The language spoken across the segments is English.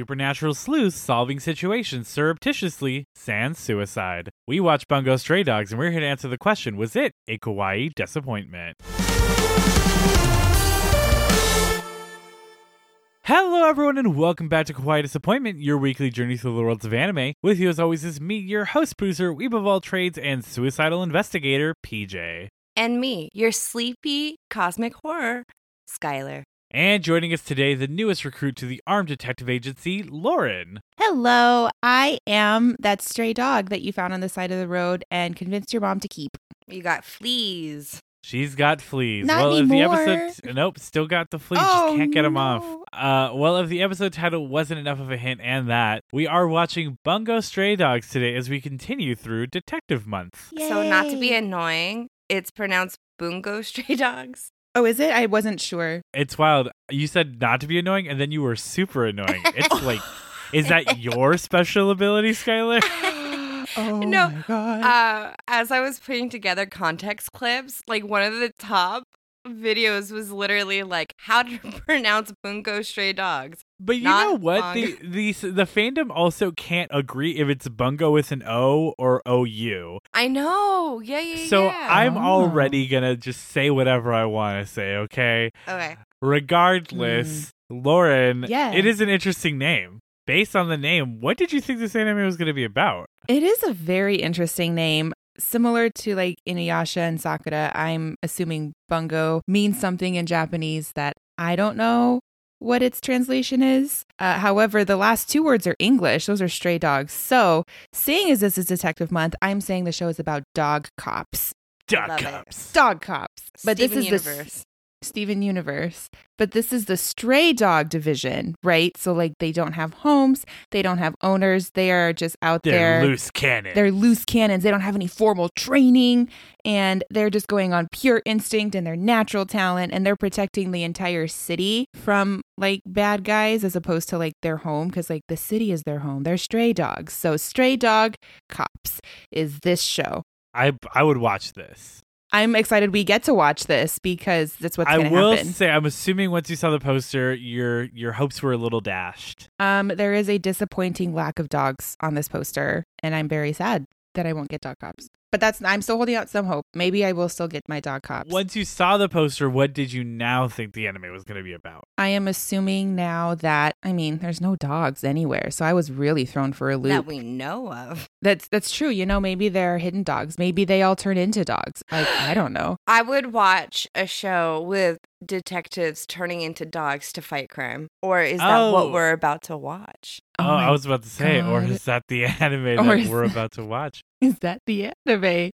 supernatural sleuths solving situations surreptitiously, sans suicide. We watch Bungo Stray Dogs and we're here to answer the question was it a kawaii disappointment? Hello, everyone, and welcome back to Kawaii Disappointment, your weekly journey through the worlds of anime. With you, as always, is me, your host, producer, weeb of all trades, and suicidal investigator, PJ. And me, your sleepy cosmic horror, Skylar. And joining us today, the newest recruit to the Armed Detective Agency, Lauren. Hello, I am that stray dog that you found on the side of the road and convinced your mom to keep. You got fleas. She's got fleas. Not well, if the anymore. episode nope, still got the fleas. Oh, Just can't get them no. off. Uh, well, if the episode title wasn't enough of a hint, and that we are watching Bungo Stray Dogs today as we continue through Detective Month. So, not to be Yay. annoying, it's pronounced Bungo Stray Dogs. Oh, is it? I wasn't sure. It's wild. You said not to be annoying, and then you were super annoying. It's like, is that your special ability, Skylar? Oh No, my god. Uh, as I was putting together context clips, like one of the top videos was literally like how to pronounce Bungo Stray Dogs. But you Not know what? The, the the fandom also can't agree if it's Bungo with an O or O U. I know. Yeah, yeah, So yeah. I'm Oh. already gonna just say whatever I want to say. Okay. okay. Regardless, Lauren, Mm. Yeah. it is an interesting name. Based on the name, what did you think this anime was going to be about? it is a very interesting name. Similar to like Inuyasha and Sakura, I'm assuming bungo means something in Japanese that I don't know what its translation is. Uh, however, the last two words are English. Those are stray dogs. So, seeing as this is Detective Month, I'm saying the show is about dog cops. Duck Love it. Cups. Dog cops. But Steven this is the Universe. Steven Universe, but this is the stray dog division, right? So like they don't have homes, they don't have owners, they are just out They're, there. loose cannon. They're loose cannons. They don't have any formal training and they're just going on pure instinct and their natural talent and they're protecting the entire city from like bad guys as opposed to like their home cuz like the city is their home. They're stray dogs. So stray dog cops is this show. I I would watch this. I'm excited we get to watch this because that's what's I going to will happen. say, I'm assuming once you saw the poster, your your hopes were a little dashed. Um, there is a disappointing lack of dogs on this poster, and I'm very sad that I won't get dog cops. But that's I'm still holding out some hope. Maybe I will still get my dog cops. Once you saw the poster, what did you now think the anime was going to be about? I am assuming now that I mean, there's no dogs anywhere, so I was really thrown for a loop. that we know of. that's that's true. You know, maybe there are hidden dogs. Maybe they all turn into dogs. Like I don't know. I would watch a show with detectives turning into dogs to fight crime. Or is that Oh. what we're about to watch? Oh, I my- was about to say, or God. is that the anime Or that is we're that- about to watch? is that the anime?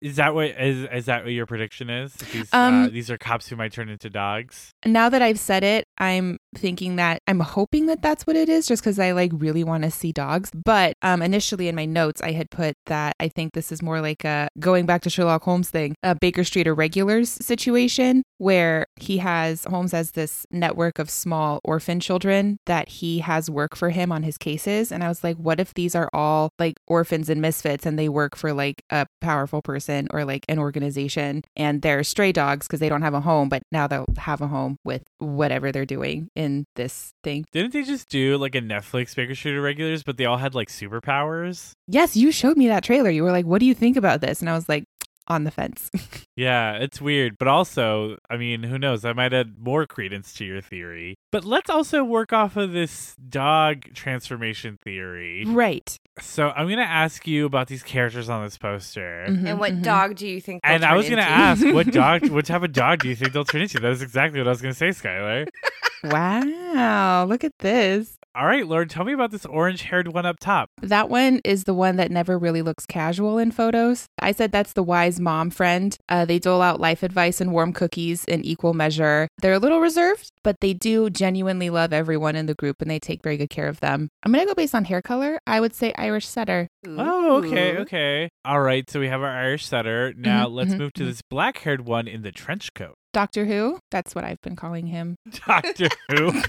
is that what is is that what your prediction is? These uh, Um, these are cops who might turn into dogs. now that I've said it, I'm thinking that I'm hoping that that's what it is just because I like really want to see dogs. But um, initially in my notes, I had put that I think this is more like a going back to Sherlock Holmes thing, a Baker Street Irregulars situation where he has Holmes has this network of small orphan children that he has work for him on his cases. And I was like, what if these are all like orphans and misfits and they work for like a powerful person or like an organization and they're stray dogs because they don't have a home, but now they'll have a home with whatever they're doing in this thing. Didn't they just do like a Netflix Baker Street Irregulars, but they all had like superpowers? Yes, you showed me that trailer. You were like, what do you think about this? And I was like, on the fence. Yeah, it's weird, but also, I mean, who knows? I might add more credence to your theory. But let's also work off of this dog transformation theory. right. So I'm gonna ask you about these characters on this poster. Mhm, And what mhm. dog do you think? Mm-hmm. they'll Mm-hmm, And I turn was gonna into? ask, what dog, what type of dog do you think they'll turn into? That was exactly what I was gonna say, Skylar. Wow. Look at this. All right, Lauren, tell me about this orange-haired one up top. That one is the one that never really looks casual in photos. I said that's the wise mom friend. Uh, they dole out life advice and warm cookies in equal measure. They're a little reserved, but they do genuinely love everyone in the group and they take very good care of them. I'm going to go based on hair color. I would say Irish setter. Oh, Ooh. okay, okay. All right, so we have our Irish setter. Now Mhm, Mm-hmm, let's mhm, move to mhm. this black haired one in the trench coat. Doctor Who? That's what I've been calling him. Doctor Who.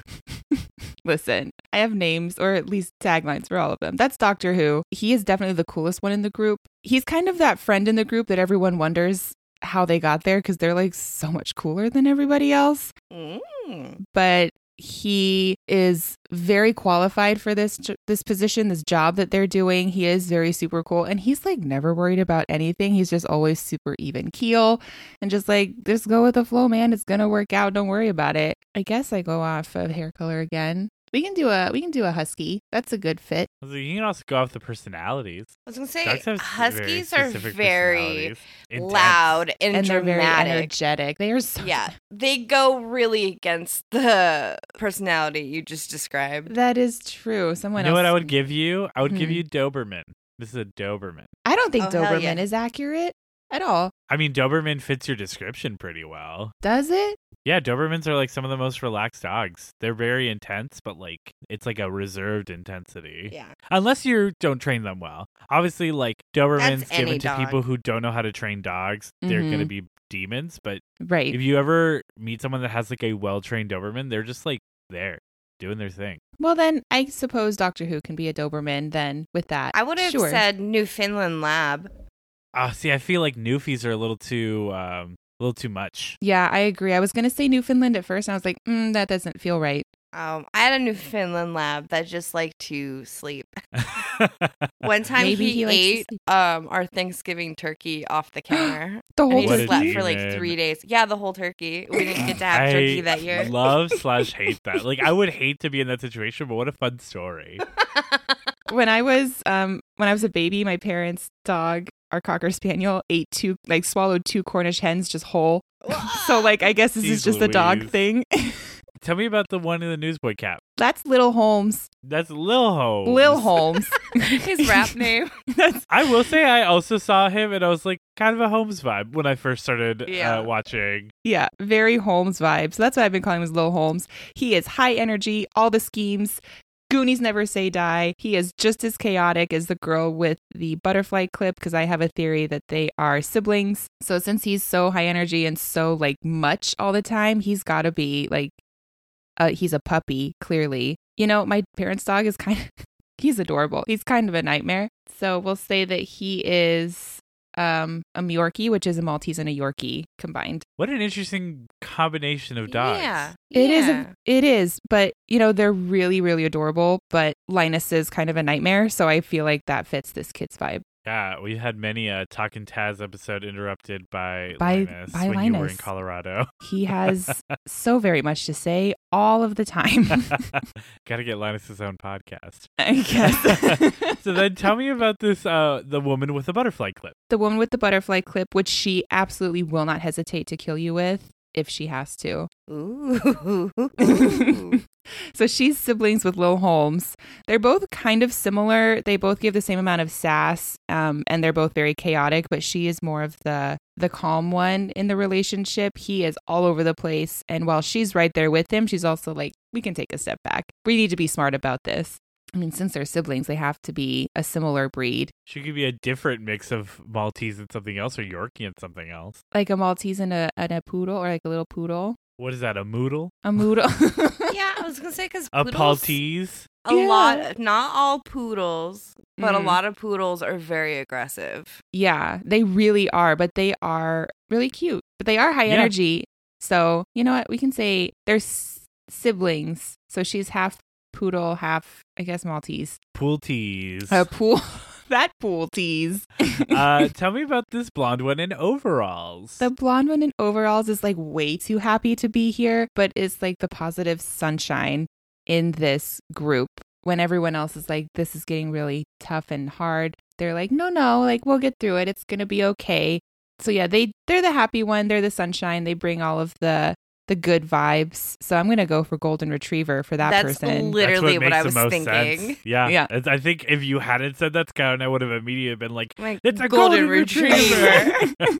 Listen, I have names or at least taglines for all of them. That's Doctor Who. He is definitely the coolest one in the group. He's kind of that friend in the group that everyone wonders how they got there because they're like so much cooler than everybody else. Mm. But he is very qualified for this j- this position, this job that they're doing. He is very super cool, and he's like never worried about anything. He's just always super even keel, and just like just go with the flow, man. It's gonna work out. Don't worry about it. I guess I go off of hair color again. We can do a we can do a husky. That's a good fit. I was like, you can also go off the personalities. I was gonna say Dogs have s- very huskies are specific very personalities. Intense. loud and, And they're very dramatic. energetic. They are so yeah, they go really against the personality you just described. That is true. Someone You know else. what I would give you? I would give Mm-hmm. Hmm. you Doberman. This is a Doberman. I don't think Oh, hell Doberman yeah. is accurate at all. I mean, Doberman fits your description pretty well. Does it? Yeah, Dobermans are like some of the most relaxed dogs. They're very intense, but like it's like a reserved intensity. Yeah, Unless you don't train them well. Obviously, like Dobermans any given to dog. Mm-hmm. people who don't know how to train dogs, they're going to Mhm. be demons. But Right. if you ever meet someone that has like a well trained Doberman, they're just like there doing their thing. Well, then I suppose Doctor Who can be a Doberman then with that. I would have Sure. said Newfoundland Lab. Ah, see, I feel like Newfies are a little too, um, a little too much. Yeah, I agree. I was going to say Newfoundland at first, and I was like, mm, that doesn't feel right. Um, I had a Newfoundland Lab that just liked to sleep. One time Maybe he, he likes to ate sleep. um our Thanksgiving turkey off the counter. The and whole he What just a thing. slept for like demon. three days. Yeah, the whole turkey. We didn't get to have I turkey that year. love slash hate that. Like, I would hate to be in that situation, but what a fun story. when I was um when I was a baby, my parents' dog, our cocker spaniel, ate two like swallowed two Cornish hens just whole. Ah. So like I guess this Jeez is just a dog Louise. thing. Tell me about the one in the newsboy cap. That's Little Holmes. That's Lil Ho. Lil Holmes. his rap name. That's I will say I also saw him and I was like kind of a Holmes vibe when I first started Yeah. uh, watching. Yeah, very Holmes vibe. So that's what I've been calling him is Lil Holmes. He is high energy, all the schemes. Goonies never say die. He is just as chaotic as the girl with the butterfly clip because I have a theory that they are siblings. So since he's so high energy and so like much all the time, he's got to be like uh, he's a puppy clearly. You know, my parents' dog is kind of he's adorable. He's kind of a nightmare. So we'll say that he is um a Yorkie, which is a Maltese and a Yorkie combined. What an interesting combination of dogs. Yeah. It is. yeah. A, it is. But you know, they're really, really adorable. But Linus is kind of a nightmare, so I feel like that fits this kid's vibe. Yeah, we had many a Talk and Taz episode interrupted by, By- Linus when by you were in Linus. Colorado. He has so very much to say all of the time. Gotta get Linus's own podcast. I guess. So then tell me about this uh the woman with the butterfly clip. the woman with the butterfly clip, which she absolutely will not hesitate to kill you with if she has to. Ooh. So she's siblings with Lil Holmes. They're both kind of similar. They both give the same amount of sass, um, and they're both very chaotic. But she is more of the the calm one in the relationship. He is all over the place, and while she's right there with him, she's also like, "We can take a step back. We need to be smart about this." I mean, since they're siblings, they have to be a similar breed, She could be a different mix of Maltese and something else or Yorkie and something else. like a Maltese and a and a poodle, or like a little poodle, What is that, a Moodle? a moodle. yeah, I was gonna say because A Paltese? a Yeah. lot, not all poodles, but a Mm. lot of poodles are very aggressive. Yeah, they really are, but they are really cute. But they are high Yeah. energy. So, you know what? We can say they're s- siblings. So she's half poodle, half, I guess, Maltese. Pool tease. A pool. that pool tease. uh, tell me about this blonde one in overalls. The blonde one in overalls is like way too happy to be here, but is like the positive sunshine in this group. When everyone else is like, this is getting really tough and hard, they're like, no, no, like we'll get through it. It's gonna be okay. So yeah, they they're the happy one. They're the sunshine. They bring all of the the good vibes. So I'm gonna go for golden retriever for that That's person. li- literally what makes I the was most thinking. sense. Yeah. Yeah. It's- I think if you hadn't said that, Scout, I would have immediately been like, Like it's a golden, retriever. you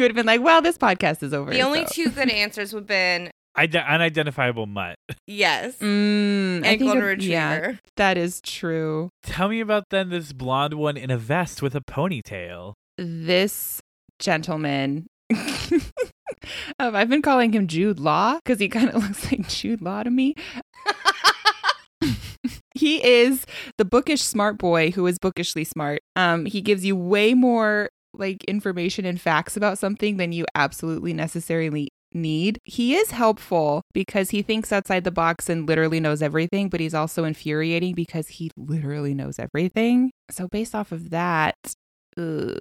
would have been like, well, this podcast is over. the only so. two good answers would have been Ide- unidentifiable mutt. yes Mm, I and think golden of- retriever. yeah, that is true. Tell me about then this blonde one in a vest with a ponytail. this gentleman. um, I've been calling him Jude Law because he kind of looks like Jude Law to me. he is the bookish smart boy who is bookishly smart. Um, he gives you way more like information and facts about something than you absolutely necessarily need. He is helpful because he thinks outside the box and literally knows everything, but he's also infuriating because he literally knows everything. So based off of that, ugh,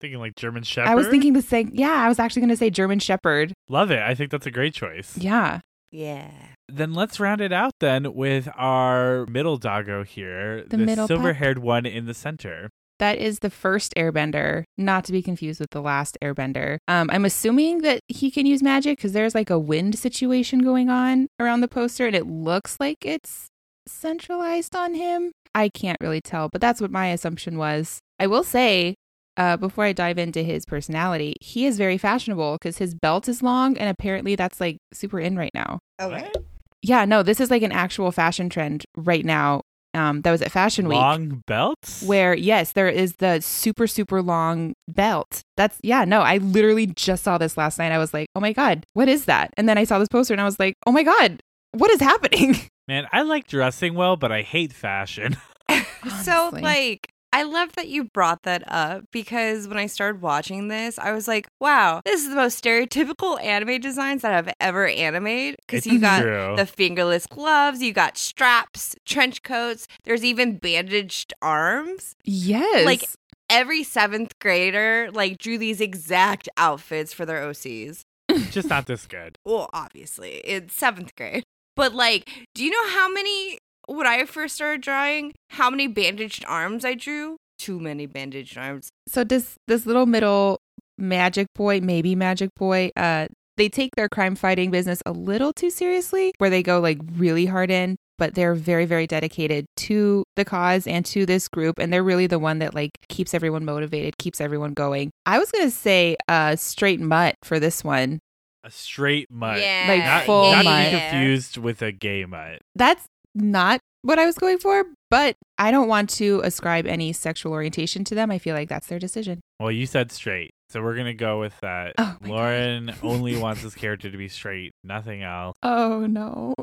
Thinking like German Shepherd. I was thinking the same. Yeah, I was actually going to say German Shepherd. Love it. I think that's a great choice. Yeah. Yeah. Then let's round it out then with our middle doggo here, The middle pup. silver haired one in the center. That is the first airbender, not to be confused with the last airbender. Um, I'm assuming that he can use magic because there's like a wind situation going on around the poster and it looks like it's centralized on him. I can't really tell, but that's what my assumption was. I will say, uh, before I dive into his personality, he is very fashionable because his belt is long and apparently that's like super in right now. Okay. What? Yeah, no, this is like an actual fashion trend right now um, that was at Fashion Week Long belts? where yes there is the super super long belt that's yeah no i literally just saw this last night i was like oh my god what is that and then i saw this poster and i was like oh my god what is happening Man, I like dressing well, but I hate fashion. So Honestly. like I love that you brought that up because when I started watching this, I was like, wow, this is the most stereotypical anime designs that I've ever animated. Because It's you got true. the fingerless gloves, you got straps, trench coats, there's even bandaged arms. yes Like- Every seventh grader like drew these exact outfits for their OCs. Just not this good. Well, obviously, it's seventh grade. But like, do you know how many when I first started drawing, how many bandaged arms I drew? Too many bandaged arms. so does this little middle magic boy maybe magic boy uh they take their crime fighting business a little too seriously where they go like really hard in but they're very very dedicated to the cause and to this group and they're really the one that like keeps everyone motivated keeps everyone going i was gonna say uh straight mutt for this one A straight mutt. Yeah. Like, Not, full not mutt. to be confused with a gay mutt. that's not what i was going for but i don't want to ascribe any sexual orientation to them i feel like that's their decision Well, you said straight. So we're going to go with that. Oh my God. Lauren only wants his character to be straight, nothing else. oh no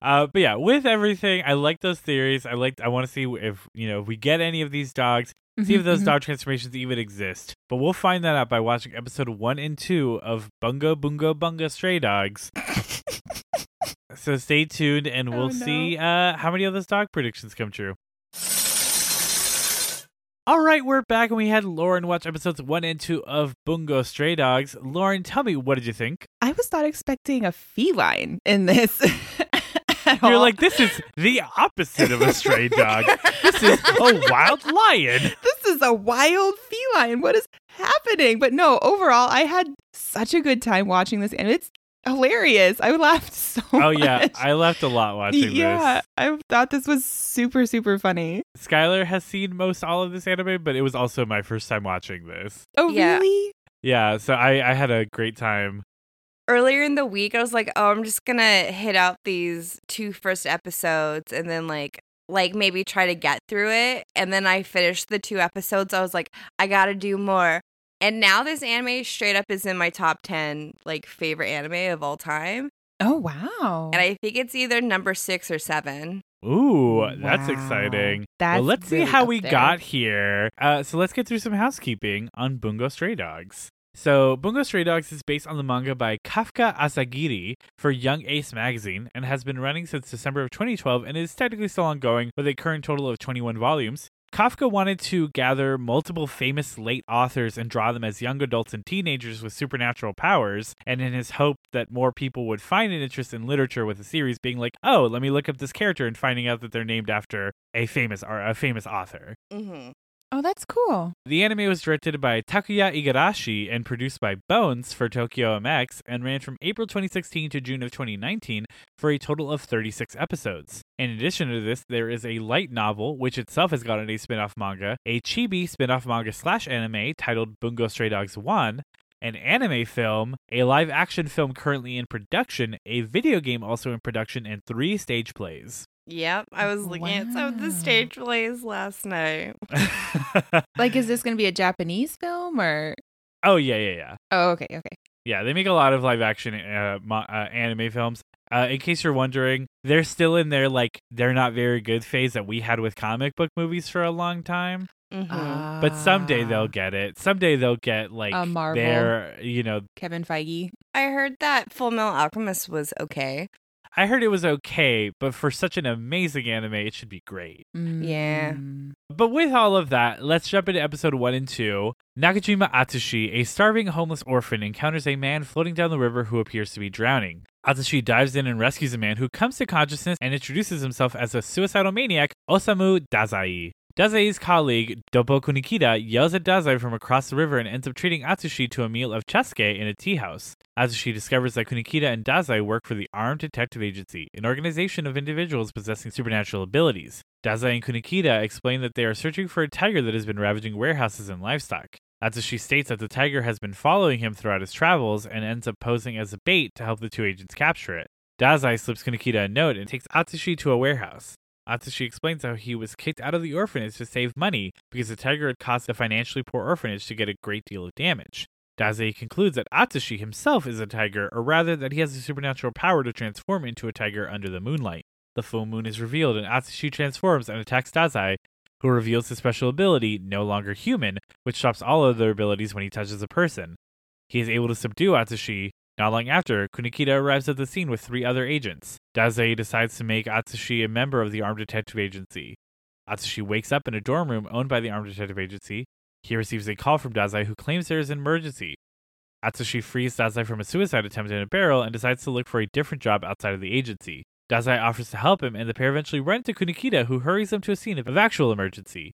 uh, but yeah, with everything, I like those theories. I like. I want to see if you know if we get any of these dogs. See if Mm-hmm. those dog transformations even exist. But we'll find that out by watching episode one and two of Bungo Bungo Bunga Stray Dogs. so stay tuned, and we'll Oh, no. see uh, how many of those dog predictions come true. All right, we're back, and we had Lauren watch episodes one and two of Bungo Stray Dogs. Lauren, tell me, what did you think? I was not expecting a feline in this. at You're all. like, this is the opposite of a stray dog. this is a wild lion. this is a wild feline. What is happening? But no, overall, I had such a good time watching this, and it's hilarious. I laughed so. Oh yeah, much. I laughed a lot watching yeah, I thought this was super super funny. this. Skylar has seen most all of this anime, but it was also my first time watching this. Oh Yeah. really? Yeah, so I, I had a great time. Earlier in the week, I was like, oh, I'm just gonna hit out these two first episodes and then like like maybe try to get through it. And then I finished the two episodes. I was like, I gotta do more. And now this anime straight up is in my top ten like favorite anime of all time. Oh wow. And I think it's either number six or seven. Ooh, that's Wow. exciting. That's well, let's see really how up we there. got here. Uh, so let's get through some housekeeping on Bungo Stray Dogs. So, Bungo Stray Dogs is based on the manga by Kafka Asagiri for Young Ace magazine and has been running since December of 2012 and is technically still ongoing with a current total of 21 volumes. Kafka wanted to gather multiple famous late authors and draw them as young adults and teenagers with supernatural powers, and in his hope that more people would find an interest in literature with the series being like, oh, let me look up this character and finding out that they're named after a famous or a famous author. Mm-hmm. Oh, that's cool. The anime was directed by Takuya Igarashi and produced by Bones for Tokyo MX and ran from April 2016 to June of 2019 for a total of 36 episodes. In addition to this, there is a light novel, which itself has gotten a spin off manga, a chibi spin off manga slash anime titled Bungo Stray Dogs 1, an anime film, a live action film currently in production, a video game also in production, and three stage plays. Yep. I was looking at some of the Wow. stage plays last night. Like, is this going to be a Japanese film or? oh, yeah, yeah, yeah. Oh, okay, okay. Yeah, they make a lot of live action uh, mo- uh, anime films. Uh, in case you're wondering, they're still in their like they're not very good phase that we had with comic book movies for a long time. Mhm. Uh. Ah. But someday they'll get it. Someday they'll get like A Marvel. their, you know, Kevin Feige. I heard that Full Metal Alchemist was okay. I heard it was okay, but for such an amazing anime, it should be great. Yeah. Mm. But with all of that, let's jump into episode one and two. Nakajima Atsushi, a starving homeless orphan, encounters a man floating down the river who appears to be drowning. Atsushi dives in and rescues a man who comes to consciousness and introduces himself as a suicidal maniac, Osamu Dazai. Dazai's colleague, Doboku Nikita, yells at Dazai from across the river and ends up treating Atsushi to a meal of chasuke in a tea house. Atsushi discovers that Kunikita and Dazai work for the Armed Detective Agency, an organization of individuals possessing supernatural abilities. Dazai and Kunikita explain that they are searching for a tiger that has been ravaging warehouses and livestock. Atsushi states that the tiger has been following him throughout his travels and ends up posing as a bait to help the two agents capture it. Dazai slips Kunikita a note and takes Atsushi to a warehouse. Atsushi explains how he was kicked out of the orphanage to save money because the tiger had caused the financially poor orphanage to get a great deal of damage. Dazai concludes that Atsushi himself is a tiger, or rather that he has the supernatural power to transform into a tiger under the moonlight. The full moon is revealed, and Atsushi transforms and attacks Dazai, who reveals his special ability, No Longer Human, which stops all other abilities when he touches a person. He is able to subdue Atsushi. Not long after, Kunikita arrives at the scene with three other agents. Dazai decides to make Atsushi a member of the Armed Detective Agency. Atsushi wakes up in a dorm room owned by the Armed Detective Agency. He receives a call from Dazai, who claims there is an emergency. Atsushi frees Dazai from a suicide attempt in a barrel and decides to look for a different job outside of the agency. Dazai offers to help him, and the pair eventually run to Kunikita, who hurries them to a scene of actual emergency.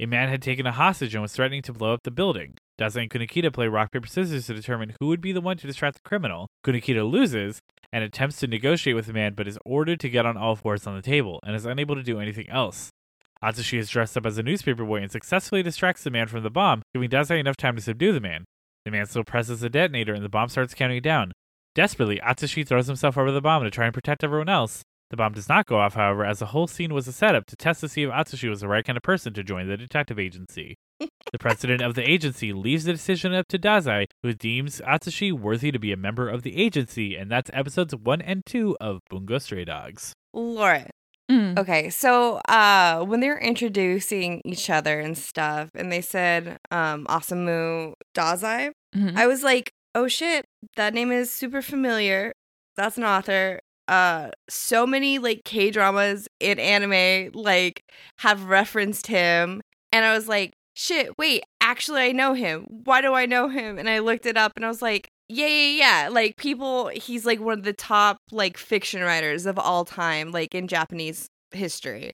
A man had taken a hostage and was threatening to blow up the building. Dazai and Kunikita play rock, paper, scissors to determine who would be the one to distract the criminal. Kunikita loses and attempts to negotiate with the man, but is ordered to get on all fours on the table and is unable to do anything else. Atsushi is dressed up as a newspaper boy and successfully distracts the man from the bomb, giving Dazai enough time to subdue the man. The man still presses the detonator and the bomb starts counting down. Desperately, Atsushi throws himself over the bomb to try and protect everyone else. The bomb does not go off, however, as the whole scene was a setup to test to see if Atsushi was the right kind of person to join the detective agency. the president of the agency leaves the decision up to Dazai, who deems Atsushi worthy to be a member of the agency, and that's episodes 1 and 2 of Bungo Stray Dogs. Lauren. Mm. Okay, so uh, when they were introducing each other and stuff, and they said um, Osamu Dazai, Mhm. I was like, oh shit, that name is super familiar. That's an author. Uh, so many like K dramas in anime like have referenced him, and I was like, shit, wait, actually, I know him. Why do I know him? And I looked it up, and I was like, yeah, yeah, yeah. Like people, he's like one of the top like fiction writers of all time, like in Japanese history.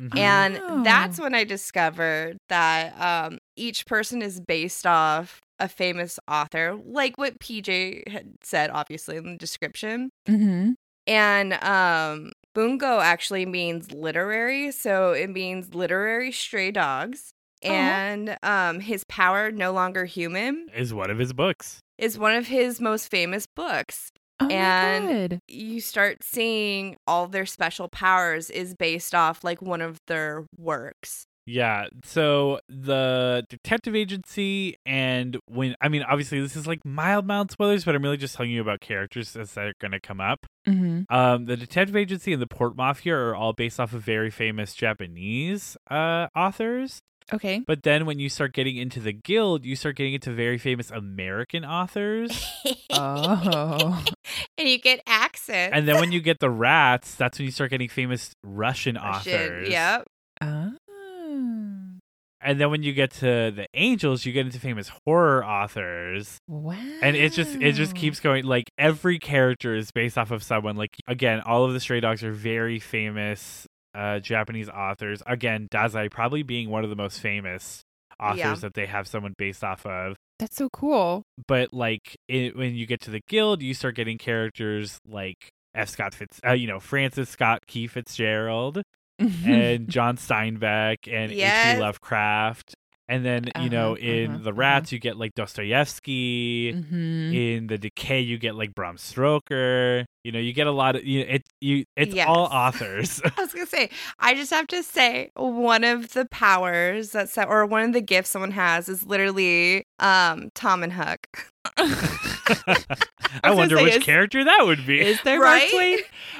Mhm. And Oh. that's when I discovered that um, each person is based off a famous author, like what PJ had said, obviously, in the description. Mhm. And um, Bungo actually means literary. So it means literary stray dogs. Uh-huh. And um, his power, No Longer Human, is one of his books. is one of his most famous books Oh my And- God. you start seeing all their special powers is based off like one of their works. Yeah. So the detective agency, and when I mean, obviously, this is like mild, mild spoilers, but I'm really just telling you about characters as they're going to come up. Mhm. Um, the detective agency and the port mafia are all based off of very famous Japanese uh, authors. Okay. But then when you start getting into the guild, you start getting into very famous American authors. Oh. and you get accents. and then when you get the rats, that's when you start getting famous Russian Russian, authors. Yep. Ah. And then when you get to the angels, you get into famous horror authors. Wow. and it just it Mm. just keeps going like every character is based off of someone like again all of the stray dogs are very famous uh japanese authors again dazai probably being one of the most famous authors Yeah. that they have someone based off of That's so cool. but like it, when you get to the guild you start getting characters like f scott fitz uh, you know francis scott key fitzgerald Mm-hmm. and John Steinbeck and H.P. Yes. Lovecraft. And then, you know, Uh-huh, in uh-huh, The Rats, you get like Dostoevsky. Mhm. In The Decay, you get like Bram Stoker. You know, you get a lot of, you it, you, it's Yes. all authors. I was gonna say, I just have to say, one of the powers that's or one of the gifts someone has is literally um Tom and Huck. I gonna wonder say, which is- character that would be. Is there Right? Mark Twain?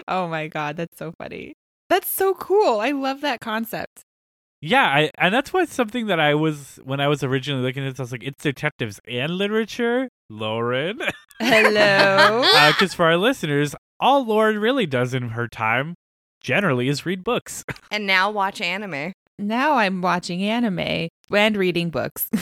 Oh my god, that's so funny. That's so cool. I love that concept. Yeah, I, and that's what's something that I was when I was originally looking at this. I was like, it's detectives and literature, Lauren. Hello. Because for our listeners, all Lauren really does in her time generally is read books. and now watch anime. Now I'm watching anime and reading books.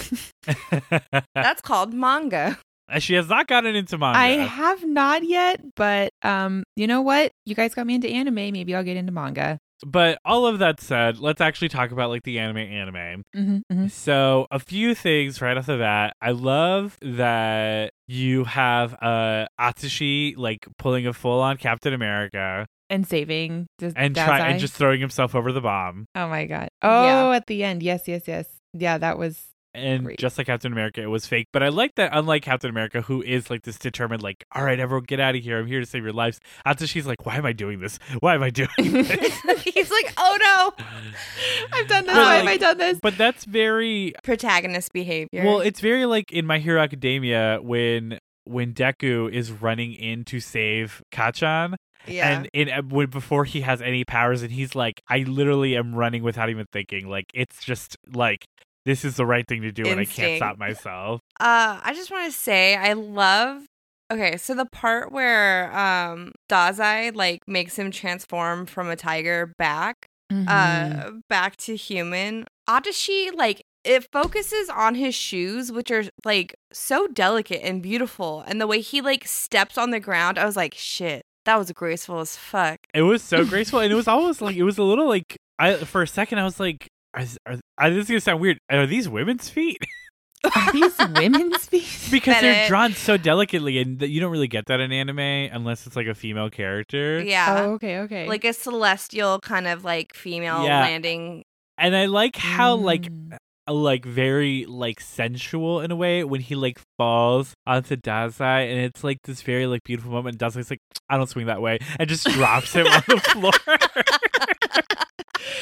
Oh, That's called manga. she has not gotten into manga. I have not yet, but um, you know what? You guys got me into anime. Maybe I'll get into manga. But all of that said, let's actually talk about like the anime anime. Mm-hmm, mm-hmm. So a few things right off the bat. I love that you have uh Atsushi like pulling a full on Captain America And saving does, and Dazai. try and just throwing himself over the bomb. Oh my god! Yeah. Oh, at the end, yes, yes, yes. Yeah, that was And Great. just like Captain America, it was fake. But I like that unlike Captain America, who is like this determined, like, all right, everyone get out of here. I'm here to save your lives. Atsushi's like, Why am I doing this? Why am I doing this? He's like, oh no. I've done this. But, Why have like- I done this? but that's very Protagonist behavior. Well, it's very like in My Hero Academia when when Deku is running in to save Kachan, yeah. and in uh, when, before he has any powers, and he's like, "I literally am running without even thinking. Like it's just like this is the right thing to do, and I can't Instinct. stop myself." Uh, I just want to say I love. Okay, so the part where um Dazai like makes him transform from a tiger back Mm-hmm. Mm-hmm. uh back to human. Adachi like it focuses on his shoes which are like so delicate and beautiful and the way he like steps on the ground I was like shit that was graceful as fuck. It was so graceful, and it was almost like it was a little like I for a second I was like. Are, are, are, this is gonna sound weird. Are these women's feet? Are these women's feet? because they're Bennett. drawn so delicately, and that you don't really get that in anime unless it's like a female character. Yeah. Oh, okay, okay. Like a celestial kind of like female Yeah. landing. And I like how like Mm. a, like very like sensual in a way when he like falls onto Dazai and it's like this very like beautiful moment. Dazai's like, I don't swing that way, and just drops him on the floor.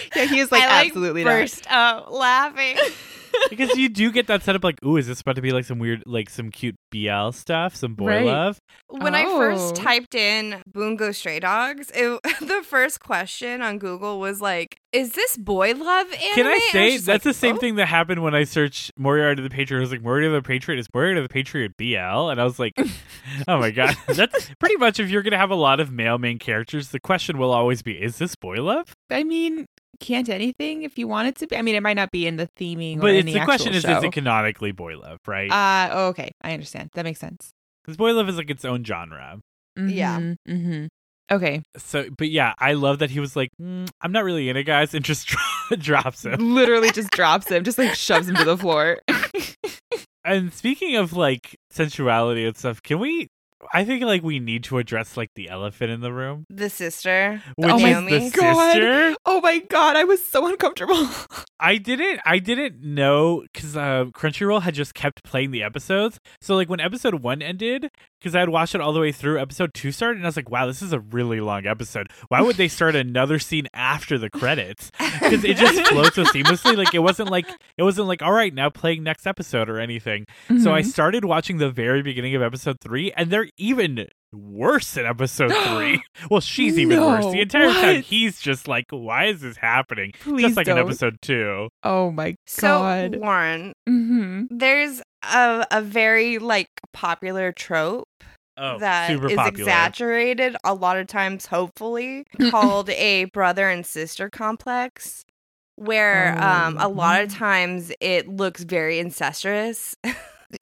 yeah, he is like I, absolutely not. burst up laughing. because you do get that setup like, ooh, is this about to be like some weird like some cute BL stuff, some boy Right. love? When I Oh. first typed in Bungo Stray Dogs, it, the first question on Google was like, "Is this boy love anime?" Can I And was say just that's like, the same "Oh." thing that happened when I searched Moriarty the Patriot? It was like Moriarty the Patriot is Moriarty the Patriot BL, and I was like, oh my god, that's pretty much if you're gonna have a lot of male main characters, the question will always be, is this boy love? I mean, can't anything if you want it to be. I mean, it might not be in the theming. But or it's in the, the question actual is, show. is it canonically boy love, right? Uh, oh, okay. I understand. That makes sense. Because boy love is like its own genre. Yeah. Mm-hmm. Okay. So, but yeah, I love that he was like, "Mm, I'm not really in it, guys, and just drops him. Literally just drops him, just like shoves him to the floor. And speaking of like sensuality and stuff, can we? I think like we need to address like the elephant in the room, The sister. which Oh my is the God. sister. oh my god, I was so uncomfortable. I didn't I didn't know because uh, Crunchyroll had just kept playing the episodes. So like when episode one ended, because I had watched it all the way through, episode two started, and I was like, wow, this is a really long episode. Why would they start another scene after the credits? Because it just flowed so seamlessly. Like it wasn't like it wasn't like all right now playing next episode or anything. So Mm-hmm. I started watching the very beginning of episode three, and they're even worse in episode three. Well, she's even worse. No, The entire time what? he's just like, why is this happening? Please just like don't. in episode two. Oh my So god. Warren, mm-hmm. there's a, a very like popular trope Oh, that is super popular. exaggerated a lot of times, hopefully, called a brother and sister complex, where um, a Oh. lot of times it looks very incestuous.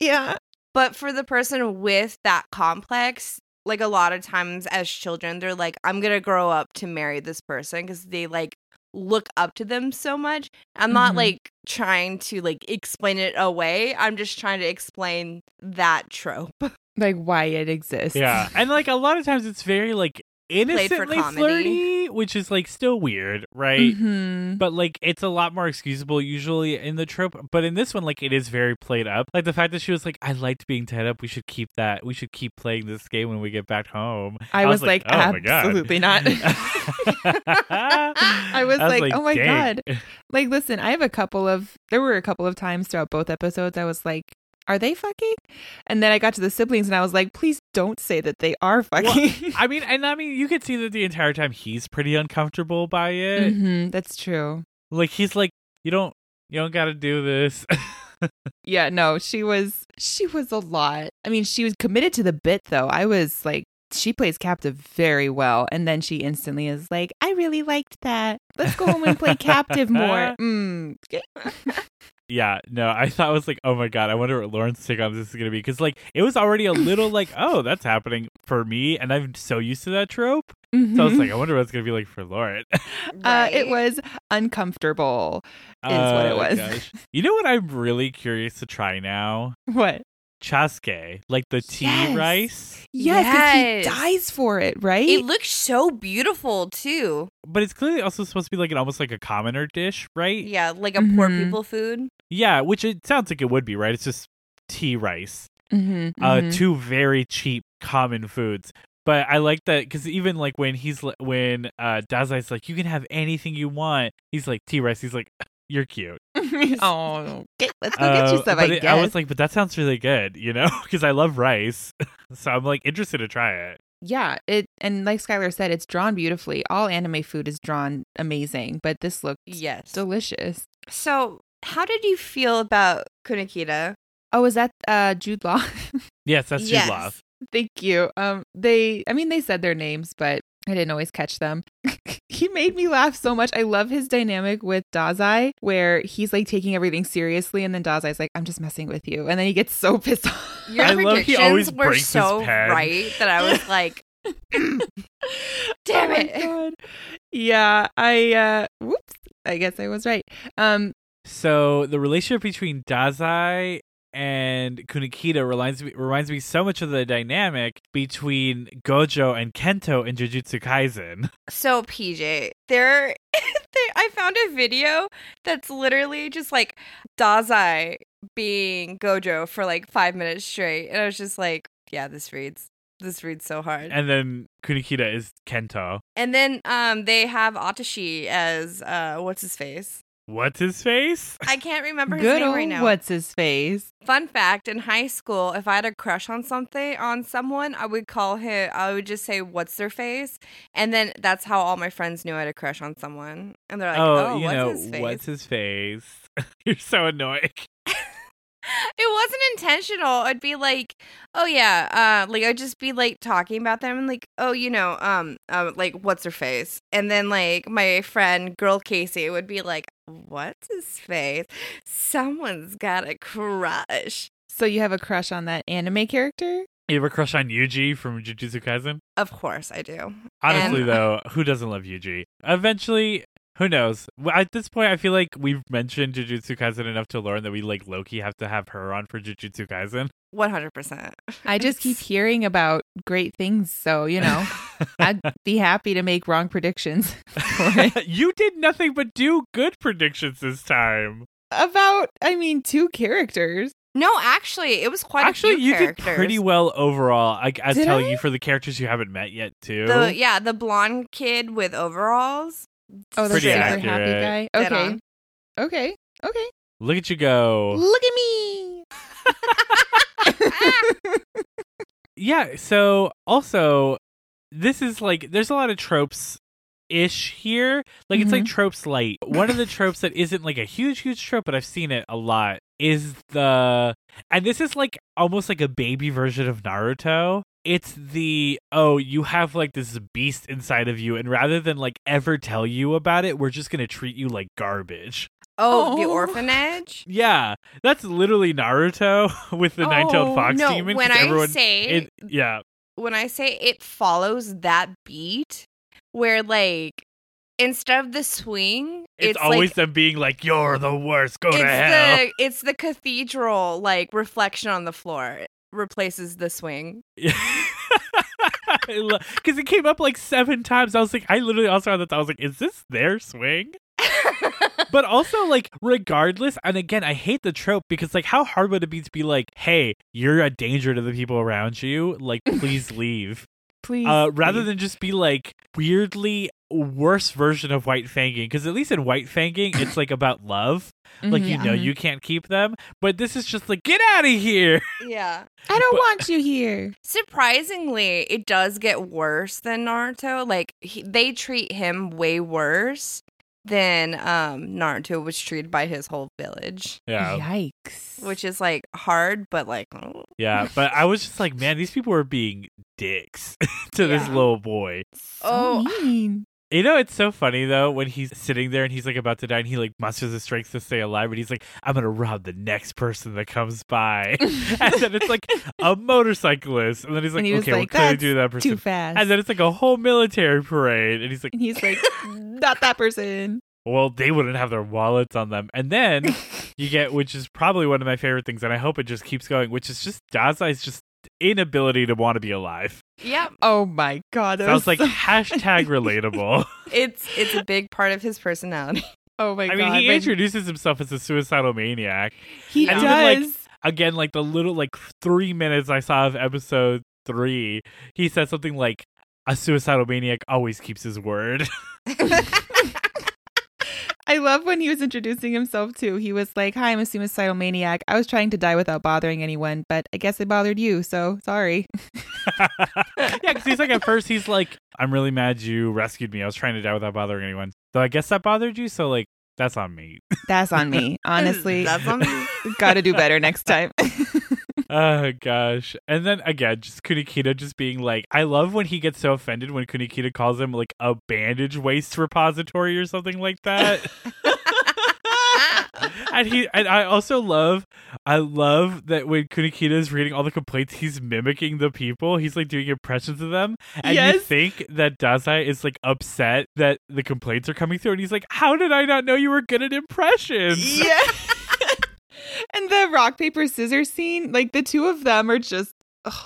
Yeah. But for the person with that complex, like a lot of times as children, they're like, I'm going to grow up to marry this person because they like look up to them so much. I'm not Mhm. like trying to like explain it away. I'm just trying to explain that trope. Like why it exists. Yeah, and like a lot of times it's very like for innocently comedy. flirty, which is like still weird, right? Mm-hmm. But like it's a lot more excusable usually in the trope. But in this one, like it is very played up. Like the fact that she was like, "I liked being tied up. We should keep that. We should keep playing this game when we get back home." I, was, like, "Oh my God." absolutely not. I was like, "Oh my "Dang." like, listen, I have a couple of, there were a couple of times throughout both episodes I was like, are they fucking? And then I got to the siblings and I was like, please don't say that they are fucking. I mean, and I mean, you could see that the entire time he's pretty uncomfortable by it. Mhm, Mm-hmm, that's true. Like he's like, you don't you don't got to do this. Yeah, no, she was she was a lot. I mean, she was committed to the bit though. I was like she plays captive very well and then she instantly is like, "I really liked that. Let's go home and play captive more." Mm. yeah, no, I thought I was like, oh my god, I wonder what Lauren's take on this is gonna be because like it was already a little like, oh, that's happening for me, and I'm so used to that trope. So I was Mhm. like, I wonder what it's gonna be like for Lauren. Is uh, it was uncomfortable. what it was. Oh You know what I'm really curious to try now? What? Chaske, like the tea Yes. rice, Yes, 'cause Yes. he dies for it, right? It looked so beautiful too. but it's clearly also supposed to be like an almost like a commoner dish, right? Yeah, like a poor Mhm. people food. Yeah, which it sounds like it would be, right? It's just tea rice. Mhm, uh mhm. two very cheap common foods but i like that because even like when he's li- when uh dazai's like you can have anything you want he's like t-rex he's like you're cute oh, okay, let's go get you Uh, some. but I it- guess. was like but that sounds really good you know because i love rice so i'm like interested to try it yeah, it and like Skylar said, it's drawn beautifully. All anime food is drawn amazing, but this looked Yes. delicious. So, how did you feel about Kunikita? Oh, is that uh, Jude Law? yes that's Yes. your love Thank you. Um, they, I mean, they said their names, but I didn't always catch them. he made me laugh so much. I love his dynamic with Dazai, where he's like taking everything seriously, and then Dazai's like, "I'm just messing with you," and then he gets so pissed off. Your I love he predictions always were breaks his so pen. right that I was like, Damn Oh my it. God. Yeah, I uh whoops. I guess I was right. Um so the relationship between dazai and kunikita reminds me reminds me so much of the dynamic between gojo and kento in jujutsu kaisen so PJ, there, there- I found a video that's literally just like Dazai being Gojo for like five minutes straight, and I was just like, yeah, this reads, this reads so hard. and then Kunikita is Kento. And then um, they have Atashi as uh, what's his face? What's his face? I can't remember his good name old right now. what's his face? Fun fact: In high school, if I had a crush on something on someone, I would call him. I would just say, "What's their face?" And then that's how all my friends knew I had a crush on someone, and they're like, "Oh, you what's know, his face?" what's his face? You're so annoying. it wasn't intentional. I'd be like, "Oh yeah," uh, like I'd just be like talking about them and like, "Oh, you know, um, uh, like what's her face?" And then like my friend girl Casey would be like, "What's his face? Someone's got a crush." So you have a crush on that anime character? You ever crush on Yuji from Jujutsu Kaisen? Of course, I do. Honestly, And- though, who doesn't love Yuji? Eventually, who knows? Well, At this point, I feel like we've mentioned Jujutsu Kaisen enough to learn that we like Loki have to have her on for Jujutsu Kaisen. One hundred percent. I just keep hearing about great things, so you know, I'd be happy to make wrong predictions for it. you did nothing but do good predictions this time. about I mean two characters. No, actually, it was quite Actually, a few you characters. did pretty well overall. I, I Did tell I? you for the characters you haven't met yet, too. The yeah, the blonde kid with overalls. Oh, that's Pretty like accurate. your happy guy. Dead Okay. on. Okay. Okay. Look at you go. Look at me. Yeah. So also, this is like there's a lot of tropes ish here. Like it's like Mm-hmm. tropes light. One of the tropes that isn't like a huge huge trope, but I've seen it a lot is the and this is like almost like a baby version of Naruto. It's the oh you have like this beast inside of you, and rather than like ever tell you about it, we're just gonna treat you like garbage. Oh, the Oh. orphanage. Yeah, that's literally Naruto with the nine-tailed Oh, fox no, demon. 'cause when I everyone, say it, yeah, when I say it follows that beat, where like instead of the swing, it's, it's, always like, them being like, "You're the worst. Go it's to hell." the it's the cathedral like reflection on the floor replaces the swing. Because it came up like seven times. I was like, I literally also had that. I was like, "Is this their swing?" But also, like, regardless, and again, I hate the trope because, like, how hard would it be to be like, "Hey, you're a danger to the people around you. Like, please leave." Please. uh, rather than just be like weirdly worse version of White Fanging. Because at least in White Fanging, it's like about love. Like, you know, Mhm. you can't keep them. But this is just like, get out of here. yeah. I don't But- want you here. Surprisingly, it does get worse than Naruto. Like he, they treat him way worse than um, Naruto was treated by his whole village, Yeah. Yikes. which is like hard, but like oh. Yeah. But I was just like, man, these people are being dicks to this Yeah. little boy. so Oh. mean. You know, it's so funny though when he's sitting there and he's like about to die and he like musters his strength to stay alive, but he's like, I'm gonna rob the next person that comes by. and then it's like a motorcyclist. And then he's like, And he was Okay, like, we'll clearly "That's do that person. Too fast. And then it's like a whole military parade. And he's like, and he's like, "Mm, not that person. well, they wouldn't have their wallets on them. And then you get, which is probably one of my favorite things, and I hope it just keeps going, which is just Dazai's just inability to want to be alive. yeah, Oh my god. that Sounds like so- hashtag relatable. it's it's a big part of his personality. oh my I god. mean, he my- introduces himself as a suicidal maniac. he and does. even, like, Again, like the little, like three minutes I saw of episode three, he said something like, a suicidal maniac always keeps his word. I love when he was introducing himself too. He was like, "Hi, I'm a suicidal maniac. I was trying to die without bothering anyone, but I guess it bothered you, so sorry." yeah, because he's like, at first, he's like, I'm really mad you rescued me. I was trying to die without bothering anyone. So I guess that bothered you. So, like, that's on me. That's on me. Honestly, That's on me. got to do better next time. Oh gosh. And then again, just Kunikita just being like I love when he gets so offended when Kunikita calls him like a bandage waste repository or something like that. and he and I also love I love that when Kunikita is reading all the complaints, he's mimicking the people. He's like doing impressions of them. And you Yes. think that Dazai is like upset that the complaints are coming through and he's like, How did I not know you were good at impressions? yeah. and the rock paper scissors scene, like the two of them are just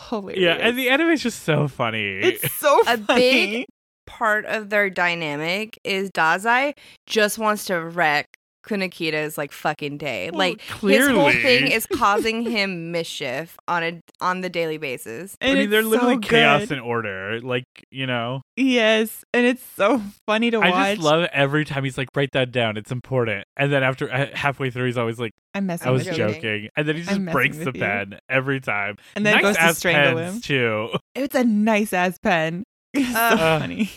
hilarious. Yeah, and the anime is just so funny. it's so A funny. big- part of their dynamic is Dazai just wants to wreck Kunikita's like fucking day. Well, like his whole thing is causing him mischief on a on the daily basis. I And mean, they're it's so literally chaos good. and order. Like, you know, yes, and it's so funny to watch. I just love every time he's like, write that down. It's important. And then after uh, halfway through, he's always like, I'm messing. I was with joking. you. joking. And then he just I'm messing breaks the with you. pen every time. And then nice goes to ass strangle pens, him. too. It's a nice ass pen. It's so Uh, funny.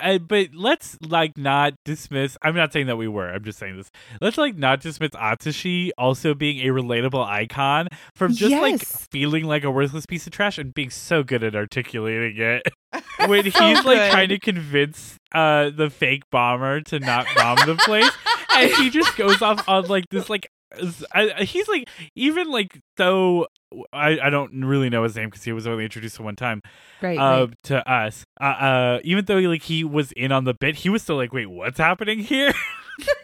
Uh, but let's like not dismiss. I'm not saying that we were. I'm just saying this. Let's like not dismiss Atsushi also being a relatable icon from just like Yes. feeling like a worthless piece of trash and being so good at articulating it. when he's So like good. trying to convince uh the fake bomber to not bomb the place, and he just goes off on like this like. s- I- I- he's like even like though I, I don't really know his name because he was only introduced one time Right. uh, to us. Uh, uh, even though like he was in on the bit, he was still like, "Wait, what's happening here?"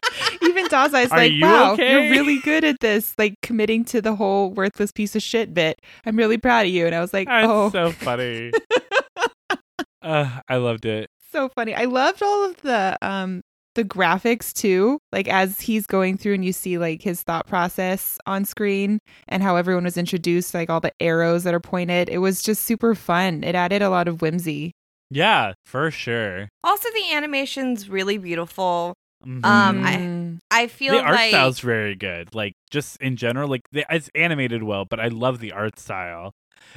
Even Dazai's Are like, you wow, okay?" you're really good at this, like committing to the whole worthless piece of shit bit. I'm really proud of you. And I was like, It's oh, so-, so funny. uh, I loved it. funny. I loved all of the um the graphics too. Like as he's going through and you see like his thought process on screen and how everyone was introduced, like all the arrows that are pointed. It was just super fun. It added a lot of whimsy. Yeah, for sure. Also the animation's really beautiful. Mhm. Um, I Mm. I feel the art like style's very good. Like just in general, like the, it's animated well, but I love the art style.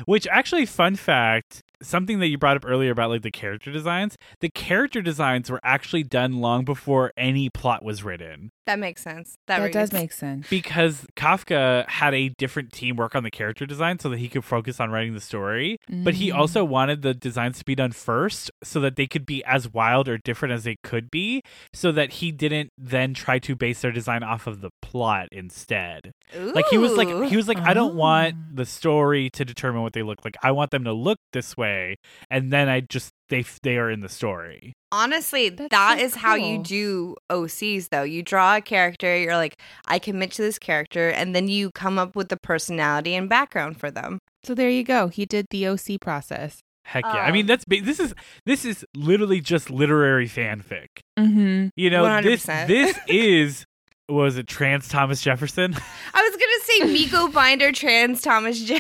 Which actually, fun fact, something that you brought up earlier about like the character designs. The character designs were actually done long before any plot was written. that makes sense. That, that reads- does make sense. because Kafka had a different team work on the character design so that he could focus on writing the story. But he Mm. Mm-hmm. also wanted the designs to be done first so that they could be as wild or different as they could be, so that he didn't then try to base their design off of the plot instead. Like he was like Ooh. Ah. he was like I don't want Oh. the story to determine what they look like. I want them to look this way and then I just they they are in the story. Honestly, That's that so is how you cool. do OCs though. You draw a character, you're like, I commit to this character, and then you come up with the personality and background for them. So there you go. He did the OC process. Heck yeah. I Um, mean that's ba- this is this is literally just literary fanfic. Mm-hmm. You know, this 100%. this is what was it trans Thomas Jefferson? I was gonna say Miko Binder trans Thomas Jen-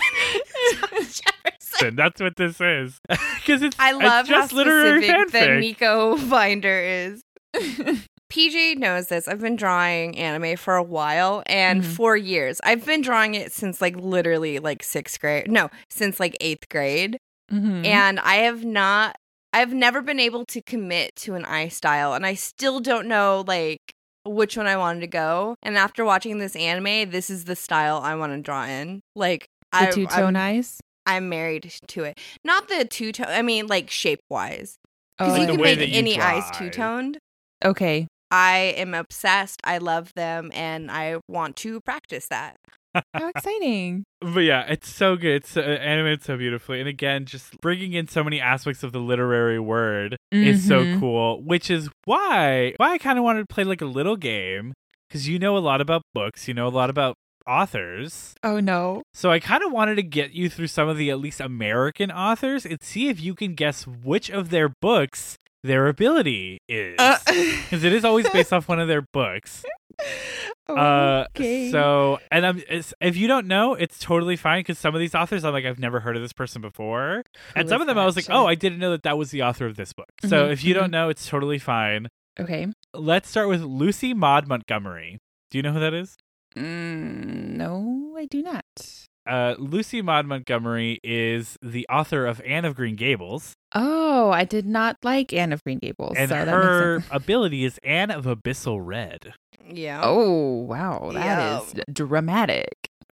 Thomas Jefferson. That's what this is because it's I it's love how just literary specific that fanfic. Miko Binder is. Mm-hmm. PJ knows this. I've been drawing anime for a while and Mm-hmm. Mhm. for years. I've been drawing it since like literally like sixth grade. No, since like eighth grade. Mm-hmm. and I have not I've never been able to commit to an eye style, and I still don't know like which one I wanted to go. And after watching this anime, this is the style I want to draw in. Like The I, two tone I'm, eyes. I'm married to it. Not the two tone. I mean, like shape wise, Oh, because Like you the can way make that you any draw eyes eyes. two toned. okay. I am obsessed. I love them, and I want to practice that. How exciting! But yeah, it's so good. It's uh, animated so beautifully. And again, just bringing in so many aspects of the literary word is so Mm-hmm. Mhm. cool, which is why why I kind of wanted to play like a little game cuz you know a lot about books, you know a lot about authors. Oh no. So I kind of wanted to get you through some of the at least American authors and see if you can guess which of their books their ability is. Uh, Cuz it is always based off one of their books. Uh, Okay. so and I'm it's, if you don't know, it's totally fine because some of these authors I'm like I've never heard of this person before, and Who some is of them I that? was like, Sure. oh, I didn't know that that was the author of this book. So Mhm, if you mhm. don't know, it's totally fine. okay. Let's start with Lucy Maud Montgomery. Do you know who that is? Mm, no, I do not. Uh, Lucy Maud Montgomery is the author of Anne of Green Gables, Oh, I did not like Anne of Green Gables. and so that makes her sense. ability is Anne of Abyssal Red. yeah. Oh wow, that is Yeah. dramatic.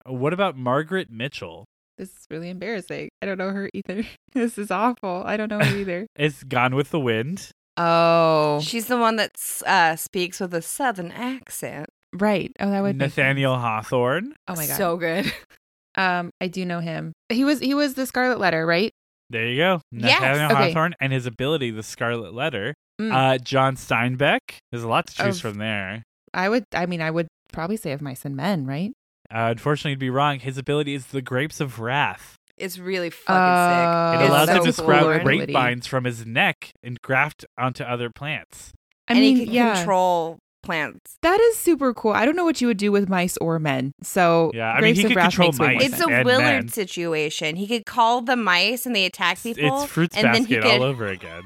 What about Margaret Mitchell? This is really embarrassing. I don't know her either. This is awful. I don't know her either. Is Gone with the Wind? oh, She's the one that s- uh, speaks with a southern accent. right. Oh, that would make sense. Nathaniel Hawthorne. Oh my god. So good. um, I do know him. He was he was the Scarlet Letter, right? There you go. Yes. Nathaniel Okay. Hawthorne and his ability, the Scarlet Letter. Mm. Uh, John Steinbeck. There's a lot to choose Of- from there. I would. I mean, I would probably say of mice and men, right? Uh, unfortunately, you'd be wrong. His ability is the Grapes of Wrath. It's really fucking Oh, sick. It It's allows so him to sprout cool. grape vines from his neck and graft onto other plants. I and mean, he can yeah, control plants. that is super cool. I don't know what you would do with mice or men. So Yeah, I mean, Grapes he of could Wrath control makes way more mice. It's sense. a and Willard men. situation. He could call the mice and they attack It's- people. it's fruits and then he basket all could- over again.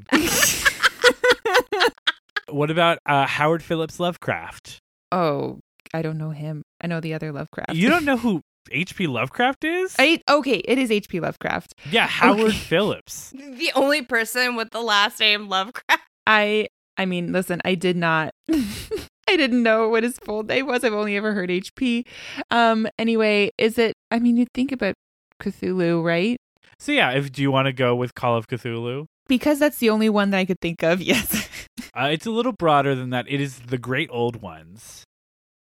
what about uh, Howard Phillips Lovecraft? oh, I don't know him. I know the other Lovecraft. You don't know who H.P. Lovecraft is? I, okay, it is H.P. Lovecraft. yeah, Howard Phillips. the only person with the last name Lovecraft. I I mean, listen, I did not I didn't know what his full name was. I've only ever heard HP. Um anyway, is it I mean, you think about Cthulhu, right? So yeah, if do you want to go with Call of Cthulhu? Because that's the only one that I could think of. Yes. Uh, it's a little broader than that. It is the Great Old Ones.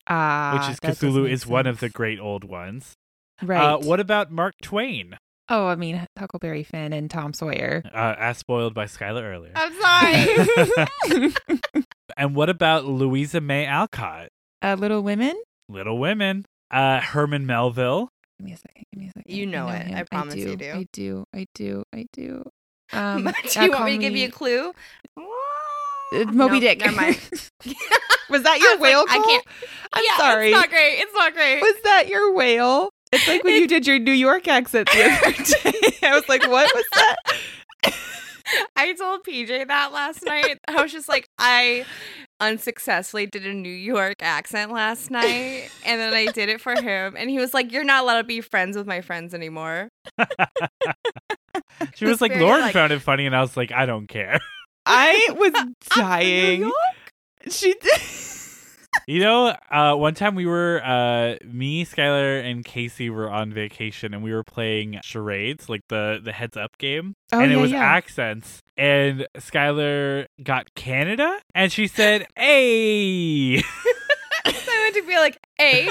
Ah, which is that does Cthulhu make is one of the sense. great old ones. right. Uh, what about Mark Twain, Oh, I mean, Huckleberry Finn and Tom Sawyer. uh, as spoiled by Skylar earlier? Oh, I'm sorry. and what about Louisa May Alcott, uh, Little Women. Little Women, uh, Herman Melville? Give me a second. Give me a second. You know it. I promise you do. I do. I do. I do. Um, Do you uh, want me to call give you a clue? Uh, Moby Nope, Dick. Never mind. was I that your was like, whale I call? can't- I'm Yeah, sorry. It's not great. It's not great. Was that your whale? It's like when you did your New York accent the other day. I was like, what was that? I told PJ that last night. I was just like, I unsuccessfully did a New York accent last night, and then I did it for him, and he was like, "You're not allowed to be friends with my friends anymore." She was It's like, very, Lauren like- found it funny, and I was like, I don't care. I was I'm from New dying. York. She did. you know, uh, one time we were, uh, me, Skylar, and Casey were on vacation, and we were playing charades, like the the heads up game. Oh, and yeah, it was yeah. accents. And Skylar got Canada, and she said, "Hey." So I went to be like, "Hey,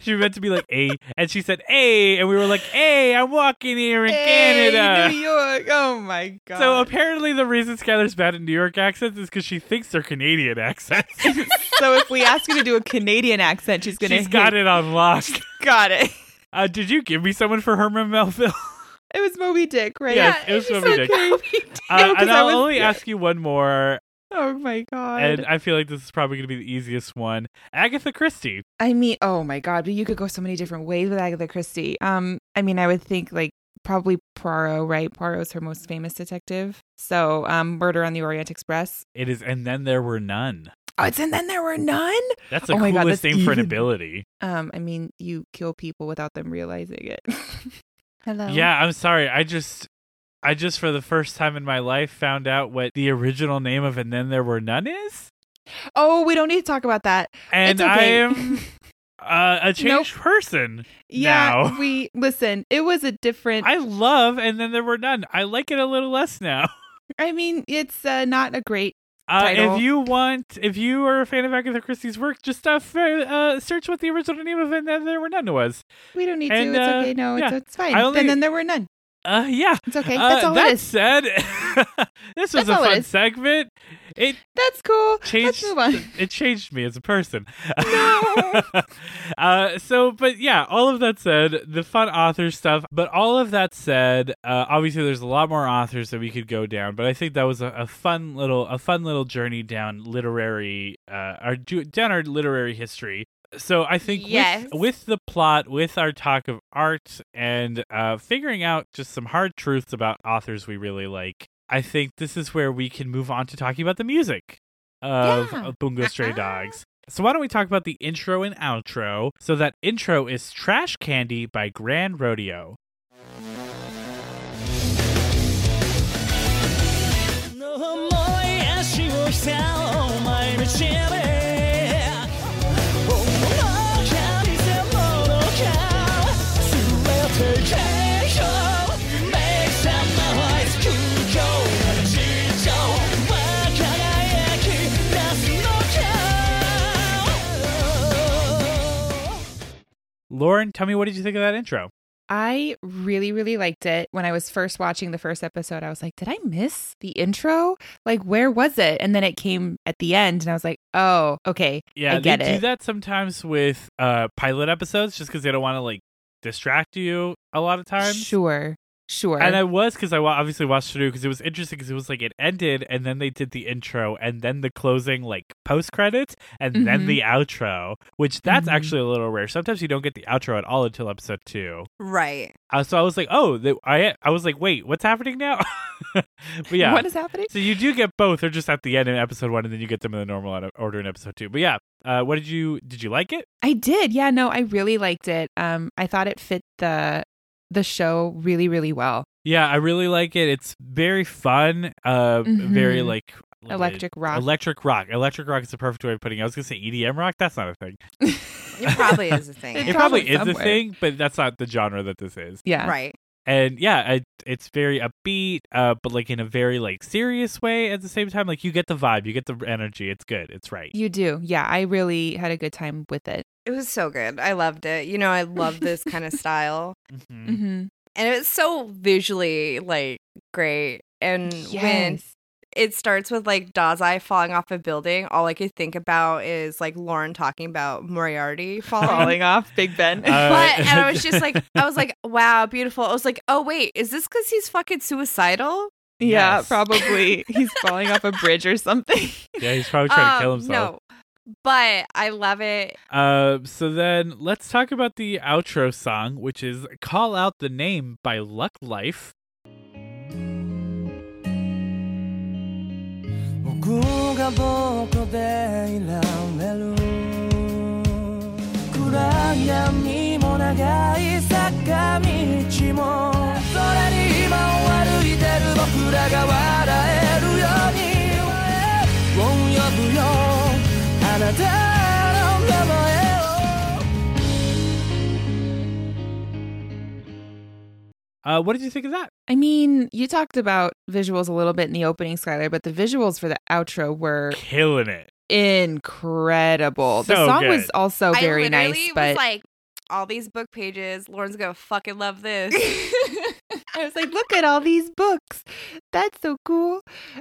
she meant to be like "Hey," and she said "Hey," and we were like "Hey, I'm walking here in Hey, New Canada." York. Oh my God. So apparently, the reason Skylar's bad at New York accents is because she thinks they're Canadian accents. so if we ask her to do a Canadian accent, she's gonna. She's got it on lock. Got it. Uh, did you give me someone for Herman Melville? It was Moby Dick, right? Yes, it was She's Moby Dick. okay. Uh, 'cause and I I'll was- only ask you one more, Oh my god. and I feel like this is probably going to be the easiest one. Agatha Christie. I mean, oh my god, but you could go so many different ways with Agatha Christie. Um, I mean, I would think like probably Poirot, right? Poirot's her most famous detective. So, um, Murder on the Orient Express. It is, and then there were none. Oh, it's and then there were none. That's the Oh my coolest God, that's name for an even- ability. Um, I mean, you kill people without them realizing it. Hello. Yeah, I'm sorry. I just I just, for the first time in my life, found out what the original name of And Then There Were None is. Oh, we don't need to talk about that. And it's I okay. am uh, a changed person. yeah, now. we listen. It was a different. I love And Then There Were None. I like it a little less now. I mean, it's uh, not a great. Uh, Title. if you want, if you are a fan of Agatha Christie's work, just uh, f- uh, search what the original name of And Then There Were None was. We don't need And, to. It's uh, okay. No, it's, yeah. it's fine. I only- And then there were none. Uh, yeah. It's okay. That's Uh, all that it is. said, this was That's a all it fun is. segment. It That's cool. changed. Let's move on. It changed me as a person. No. uh, so, but yeah, all of that said, the fun author stuff. But all of that said, uh, obviously, there's a lot more authors that we could go down. But I think that was a, a fun little, a fun little journey down literary, uh, our ju- down our literary history. So I think Yes. with, with the plot, with our talk of art, and uh, figuring out just some hard truths about authors we really like, I think this is where we can move on to talking about the music of, Yeah. of Bungo Stray Uh-uh. Dogs. So why don't we talk about the intro and outro? So that intro is Trash Candy by Grand Rodeo. 「の重い足をしたお前のチビ」「おのかにせものか」「すべて警報」「Make some noise 空港の事情」「は輝き出すのか」 Lauren, tell me what did you think of that intro? I really, really liked it. When I was first watching the first episode, I was like, did I miss the intro? Like, where was it? And then it came at the end, and I was like, oh, okay. Yeah, I get they do it. that sometimes with uh pilot episodes just because they don't want to like distract you a lot of times. Sure. Sure. And I was because I wa- obviously watched through because it was interesting because it was like it ended and then they did the intro and then the closing like post credits and then Mhm. the outro, which that's Mhm. actually a little rare. Sometimes you don't get the outro at all until episode two. Right. Uh, so I was like, oh, the, I I was like, wait, what's happening now? but yeah, What is happening? so you do get both. They're just at the end in episode one, and then you get them in the normal out- order in episode two. But yeah, uh, what did you did you like it? I did. Yeah, no, I really liked it. Um, I thought it fit the the show really, really well. Yeah, I really like it. It's very fun. Uh, very Mhm. like Electric rock. Electric rock. Electric rock is the perfect way of putting it. I was going to say EDM rock. That's not a thing. It probably is a It, thing. probably, It probably is a somewhere. thing, but that's not the genre that this is. yeah. Right. And yeah, it, it's very upbeat, uh, but like in a very like serious way at the same time. Like you get the vibe, you get the energy. It's good. It's right. You do. Yeah, I really had a good time with it. It was so good. I loved it. You know, I love this kind of style. Mhm. Mm-hmm. And it's so visually like great. And Mm, when it starts with like Dazai falling off a building, all I could think about is like Lauren talking about Moriarty falling. off Big Ben. Uh, but and I was just like I was like, wow, beautiful. I was like, oh wait, is this because he's fucking suicidal? yeah, yes. probably. He's falling off a bridge or something. Yeah, he's probably trying to kill Um, himself. No. But I love it. Uh, so then let's talk about the outro song, which is "Call Out the Name" by Luck Life. 「僕が僕でいられる」「暗闇も長い坂道も」「空に今を歩いてる僕らが笑えるように」「を呼ぶよあなたの名前を」 Uh, what did you think of that? I mean, you talked about visuals a little bit in the opening, Skylar, but the visuals for the outro were Killing it. incredible. the So song good. was also Oh, very I nice, literally but was like, all these book pages, Lauren's gonna fucking love this. I was like, look at all these books. That's so cool.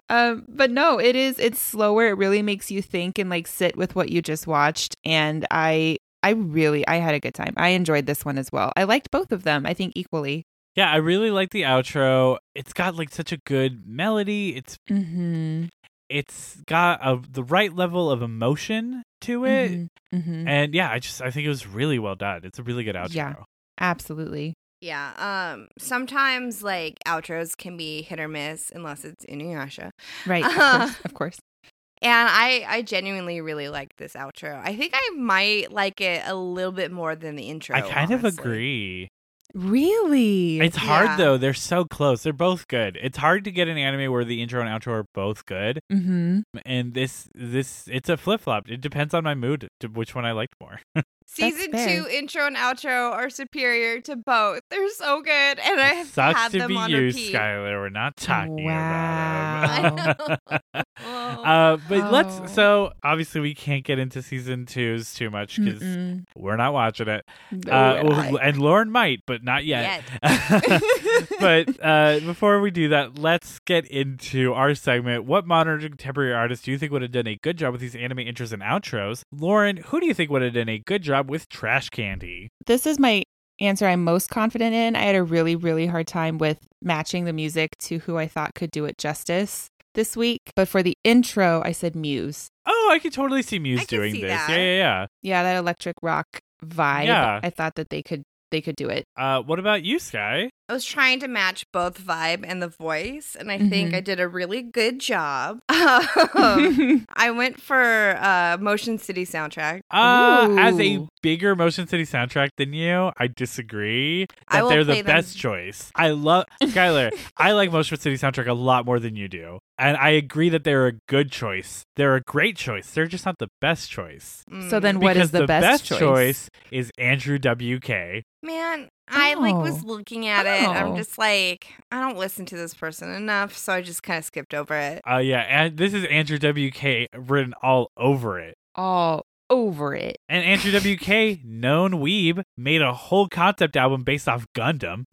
Um, but no, it is. It's slower. It really makes you think and like sit with what you just watched. And I, I really, I had a good time. I enjoyed this one as well. I liked both of them. I think equally. Yeah, I really like the outro. It's got like such a good melody. It's Mm-hmm. it's got a, the right level of emotion to it. Mm-hmm. And yeah, I just I think it was really well done. It's a really good outro. Yeah. Absolutely. yeah. Um sometimes like outros can be hit or miss unless it's Inuyasha. Right. Uh-huh. Of, course, of course. And I I genuinely really liked this outro. I think I might like it a little bit more than the intro. I kind of honestly. agree. Really? It's hard Yeah. though. They're so close. They're both good. It's hard to get an anime where the intro and outro are both good. mm-hmm. And this this it's a flip flop. It depends on my mood to which one I liked more. That's Season fair. two intro and outro are superior to both. They're so good, and I have Sucks had to them be on you, repeat. Skylar. We're not talking Wow. about him. Oh. uh, but let's. Oh. So obviously we can't get into season twos too much because Mm-mm. we're not watching it. No, Uh, we're well, not. and Lauren might, but not yet. but uh, before we do that, let's get into our segment. What modern contemporary artist do you think would have done a good job with these anime intros and outros? Lauren, who do you think would have done a good job with Trash Candy? this is my answer I'm most confident in. I had a really, really hard time with matching the music to who I thought could do it justice this week. But for the intro, I said Muse. Oh, I could totally see Muse I can doing see this. that. Yeah, yeah, Yeah, that electric rock vibe. Yeah. I thought that they could they could do it. yeah. Uh, what about you, Sky? I was trying to match both vibe and the voice, and I think Mhm. I did a really good job. Um, I went for uh, Motion City soundtrack. Uh, as a Ooh. bigger Motion City soundtrack than you, I disagree I that will they're play the them. best choice. I love Skylar. I like Motion City soundtrack a lot more than you do, and I agree that they're a good choice. They're a great choice. They're just not the best choice. so then Mm. what because is the, best, choice? is Andrew WK. man, I like was Oh. looking at it. I'm Oh. just like, I don't listen to this person enough, so I just kind of skipped over it. Uh, yeah, and this is Andrew WK written all over it. All over it. And Andrew WK, known weeb, made a whole concept album based off Gundam.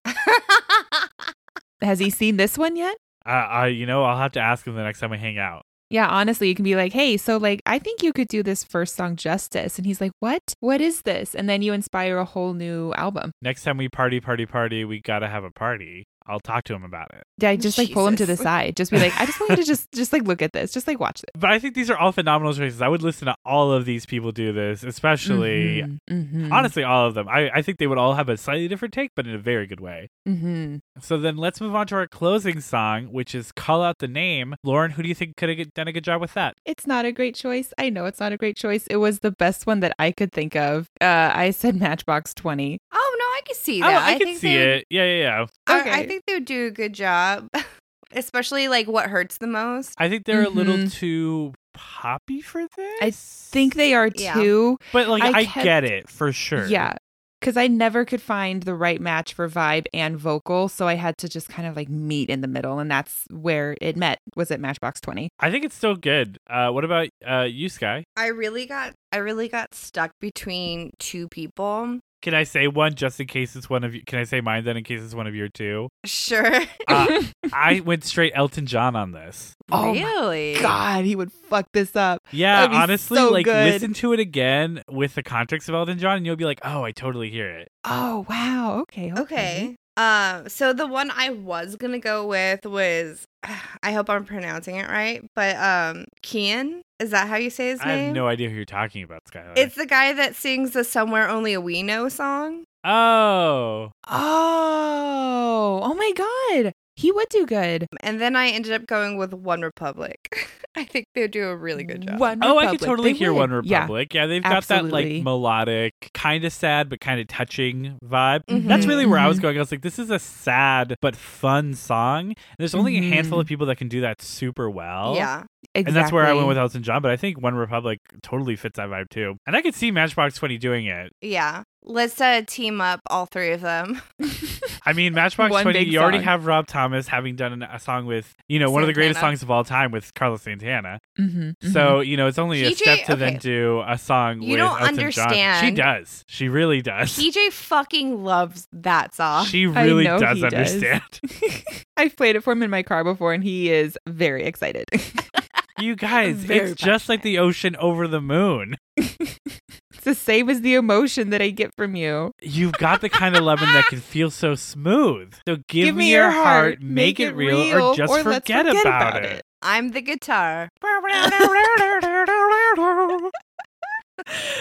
Has he seen this one yet? Uh, uh, you know, I'll have to ask him the next time we hang out. Yeah, honestly, you can be like, hey, so like, I think you could do this first song justice. And he's like, what? What is this? And then you inspire a whole new album. Next time we party, party, party, we gotta have a party. I'll talk to him about it. Yeah, just like pull him to the Jesus. side. Just be like, I just want you to just, just like look at this. Just like watch this. But I think these are all phenomenal choices. I would listen to all of these people do this, especially, Mhm, Mm-hmm. mhm, honestly, all of them. I, I think they would all have a slightly different take, but in a very good way. Mm-hmm. mhm. So then let's move on to our closing song, which is Call Out the Name. Lauren, who do you think could have done a good job with that? It's not a great choice. I know it's not a great choice. It was the best one that I could think of. Uh, I said Matchbox 20. Oh no, I can see Oh, that. I, can think see they would- it. Yeah, yeah, yeah. I- I, Okay. think they would do a good job, especially like what hurts the most. I think they're a little Mhm. too poppy for this. I Think they are Yeah. too. But like I, I kept- get it for sure. Yeah. Because I never could find the right match for vibe and vocal. So I had to just kind of like meet in the middle. And that's where it met, was at Matchbox 20. I think it's still good. Uh, what about uh, you, Sky? I really got I really got stuck between two people. Can I say one just in case it's one of you? Can I say mine then in case it's one of your two? Sure. Uh, I went straight Elton John on this. Oh my really? God, he would fuck this up. Yeah, That'd be honestly, so like good. listen to it again with the context of Elton John, and you'll be like, oh, I totally hear it. Oh, wow. Okay. Okay. Okay. Um, so the one I was gonna go with was I hope I'm pronouncing it right, but um Kian, is that how you say his I name? have no idea who you're talking about, Skylar. It's the guy that sings the Somewhere Only a We Know song. oh, Oh, oh my God. He would do good. And then I ended up going with One Republic. I think they would do a really good job. One oh, I could Republic. totally They hear would. One Yeah. Republic. Yeah, they've got that Absolutely. like melodic, kind of sad but kind of touching vibe. Mhm. That's really where I was Mhm. going. I was like, this is a sad but fun song. And there's only a handful Mhm. of people that can do that super well. Yeah. Exactly. And that's where I went with Elton John, but I think One Republic totally fits that vibe too. And I could see Matchbox 20 doing it. Yeah. Let's uh, team up all three of them. I mean, Matchbox One 20, big you already song. have Rob Thomas having done an- a song with, you know, one of the greatest Santana. songs of all time with Carlos Santana. Mhm, mhm. So you know, it's only a PJ step to then okay. do a song. You with don't Elton John. She understand. does. She really does. PJ fucking loves that song. she I really know does he does. understand. I've played it for him in my car before, and he is very excited. you guys, Very it's just like the ocean over the moon. it's the same as the emotion that I get from you. You've got the kind of loving that can feel so smooth. So give, Give me your heart, make it real, or just or let's forget, forget about, about it. it. I'm the guitar.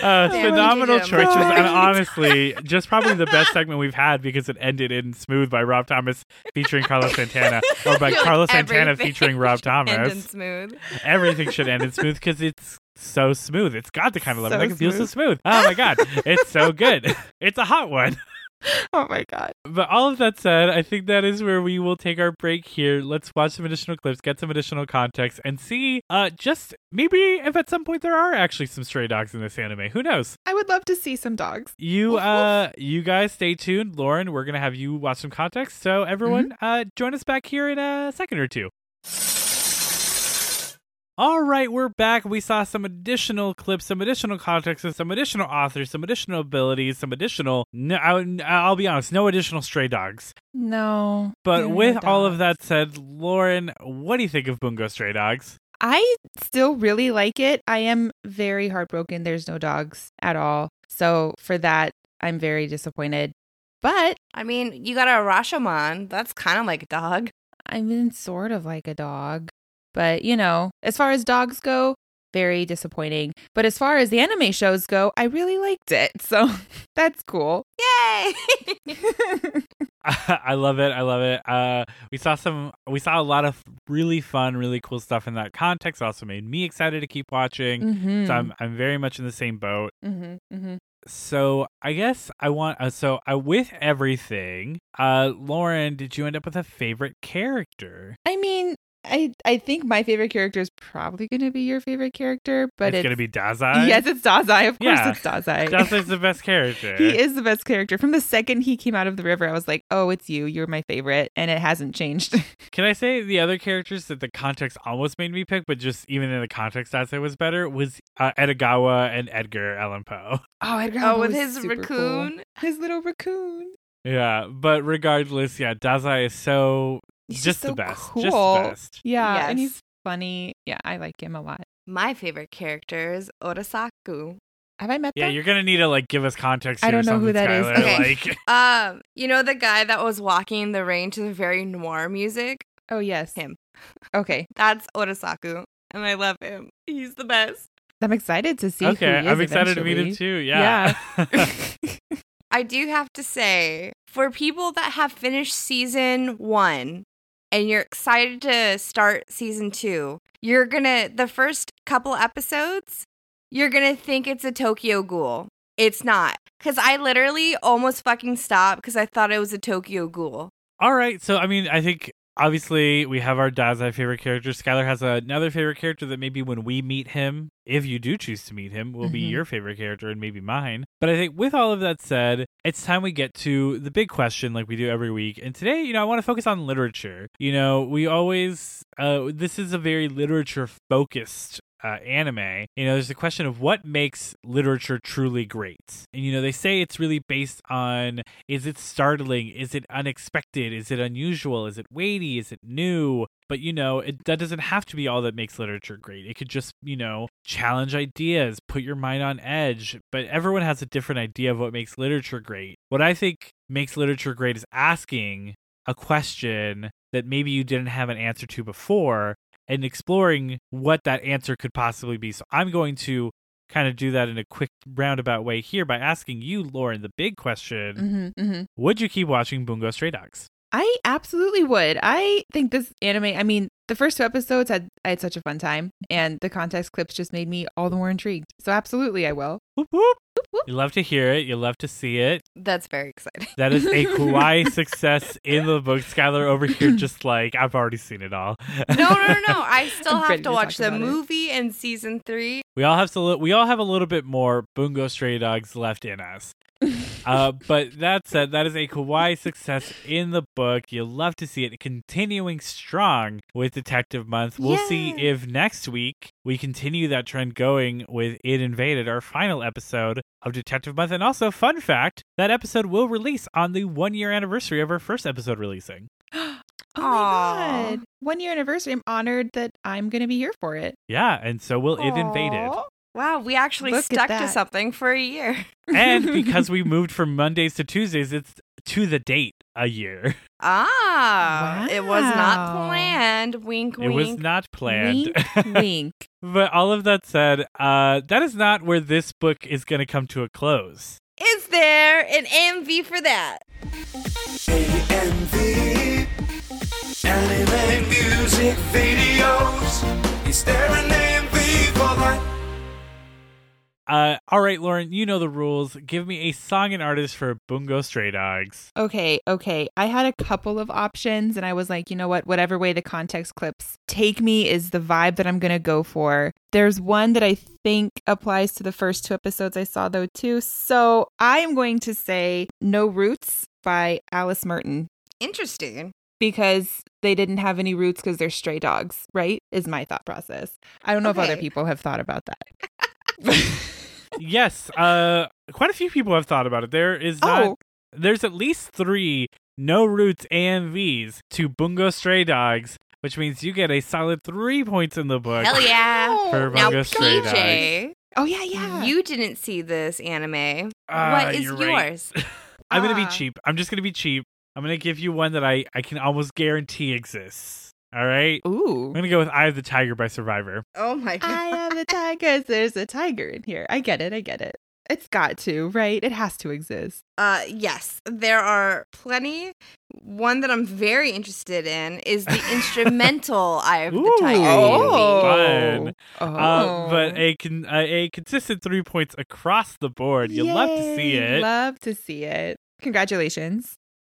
Uh, Damn, phenomenal PJ choices, Jam. and Sorry. honestly, just probably the best segment we've had because it ended in "Smooth" by Rob Thomas featuring Carlos Santana, or by Like Carlos Santana everything featuring Rob And in Thomas. smooth. Everything should end in "Smooth" because it's so smooth. It's got the kind of love So that can feel so smooth. Oh my god, it's so good. It's a hot one. Oh my god. But all of that said, I think that is where we will take our break here. Let's watch some additional clips, get some additional context, and see uh just maybe if at some point there are actually some stray dogs in this anime. Who knows? I would love to see some dogs. You Woof, woof. uh you guys stay tuned. Lauren, we're gonna have you watch some context. So everyone Mm-hmm. uh join us back here in a second or two. All right, we're back. We saw some additional clips, some additional context, and some additional authors, some additional abilities, some additional. No, I, I'll be honest, no additional stray dogs. No. But they're no with all of dogs. that said, Lauren, what do you think of Bungo Stray Dogs? I still really like it. I am very heartbroken. There's no dogs at all. So for that, I'm very disappointed. But I mean, you got a Rashomon. That's kind of like a dog. I mean, sort of like a dog. But, you know, as far as dogs go, very disappointing. But as far as the anime shows go, I really liked it. So that's cool. Yay! Mm, I love it. I love it. Uh, we saw some. We saw a lot of really fun, really cool stuff in that context. Also made me excited to keep watching. Mm-hmm. So I'm I'm very much in the same boat. hmm hmm So I guess I want. Uh, so I with everything. Uh, Lauren, did you end up with a favorite character? I mean, I I think my favorite character is probably going to be your favorite character, but it's, it's, gonna be Dazai. yes, it's Dazai. Of course, Yeah. it's Dazai. Dazai's the best character. He is the best character. From the second he came out of the river, I was like, "Oh, it's you. You're my favorite," and it hasn't changed. Can I say the other characters that the context almost made me pick, but just even in the context, Dazai was better. Was uh, Edogawa and Edgar Allan Poe. oh, Edgar Allan oh, with Poe is his super cool. raccoon. his little raccoon. Yeah, but regardless, yeah, Dazai is so He's just, so the best, Cool. just the best. Yeah, and Yes. he's funny. Yeah, I like him a lot. My favorite character is Orasaku. Have I met Yeah, them? you're gonna need to like give us context. I here or don't know who something, that is. Skylar. Okay. Like, Um, you know the guy that was walking the rain to the very noir music? oh yes, Him. Okay, That's Orasaku. And I love him. He's the best. I'm excited to see. okay, who he is I'm excited to meet him eventually. too. Yeah. I do have to say, for people that have finished season one and you're excited to start season two, you're gonna, the first couple episodes, you're gonna think it's a Tokyo ghoul. It's not. Cause I literally almost fucking stopped because I thought it was a Tokyo ghoul. All right. So, I mean, I think obviously we have our Dazai favorite character. Skylar has another favorite character that maybe when we meet him, if you do choose to meet him, will be Mhm. your favorite character and maybe mine. But I think with all of that said, it's time we get to the big question like we do every week. And today, you know, I want to focus on literature. You know, we always, uh, this is a very literature focused uh, anime, you know, there's the question of what makes literature truly great. And, you know, they say it's really based on is it startling? Is it unexpected? Is it unusual? Is it weighty? Is it new? But, you know, it, that doesn't have to be all that makes literature great. It could just, you know, challenge ideas, put your mind on edge. But everyone has a different idea of what makes literature great. What I think makes literature great is asking a question that maybe you didn't have an answer to before and exploring what that answer could possibly be. So I'm going to kind of do that in a quick roundabout way here by asking you, Lauren, the big question. Mhm, mhm. Would you keep watching Bungo Stray Dogs? I absolutely would. I think this anime, I mean, the first two episodes had I had such a fun time and the context clips just made me all the more intrigued. So absolutely I will. Whoop, whoop. whoop. You love to hear it. You love to see it. That's very exciting. That is a kawaii success in the book. Skylar over here, just like I've already seen it all. No, no, no, no. I still I'm have ready to to talk watch the about it. movie and season three. we all have to. Li- we all have a little bit more Bungo Stray Dogs left in us. Uh, but that said, that is a kawaii success in the book. You love to see it continuing strong with Detective Month. We'll see Yeah. if next week we continue that trend going with It Invaded, our final episode of Detective Month. And also, fun fact that episode will release on the one year anniversary of our first episode releasing. Oh Aw. my god. 1 year anniversary. I'm honored that I'm going to be here for it. Yeah, and so will It Invaded. Aw. Wow, we actually Look at stuck to that. something for a year. And because we moved from Mondays to Tuesdays, it's to the date a year. Ah, it was not Wow. planned. Wink, It wink. was not planned. wink wink. But all of that said, uh, that is not where this book is going to come to a close. Is there an MV for that? AMV Anime music videos Is there an AMV for that? Uh, all right, Lauren, you know the rules. Give me a song and artist for Bungo Stray Dogs. Okay, okay. I had a couple of options and I was like, you know what? Whatever way the context clips take me is the vibe that I'm going to go for. There's one that I think applies to the first two episodes I saw, though, too. So I am going to say No Roots by Alice Merton Interesting. because they didn't have any roots because they're stray dogs, right? Is my thought process. I don't know if other Okay. people have thought about that. yes, uh, quite a few people have thought about it. There is not, oh, there's at least three no roots AMVs to Bungo Stray Dogs, which means you get a solid three points in the book. Hell yeah. For oh, Now, Bungo Stray Dogs. PJ, oh yeah, yeah. you didn't see this anime. Ah, what is you're right. yours? I'm gonna Ah. be cheap. I'm just gonna be cheap. I'm gonna give you one that I I can almost guarantee exists. All right, Ooh. I'm gonna go with "Eye of the Tiger" by Survivor. Oh my god. I am the tigers. There's a tiger in here. I get it. I get it. It's got to, right? It has to exist. Uh yes, there are plenty. One that I'm very interested in is the instrumental Eye of the Ooh. Tiger. Oh. Fun. movie. Oh. Uh, but a con- uh, a consistent three points across the board. You love to see Yay. it. Love to see it. Congratulations.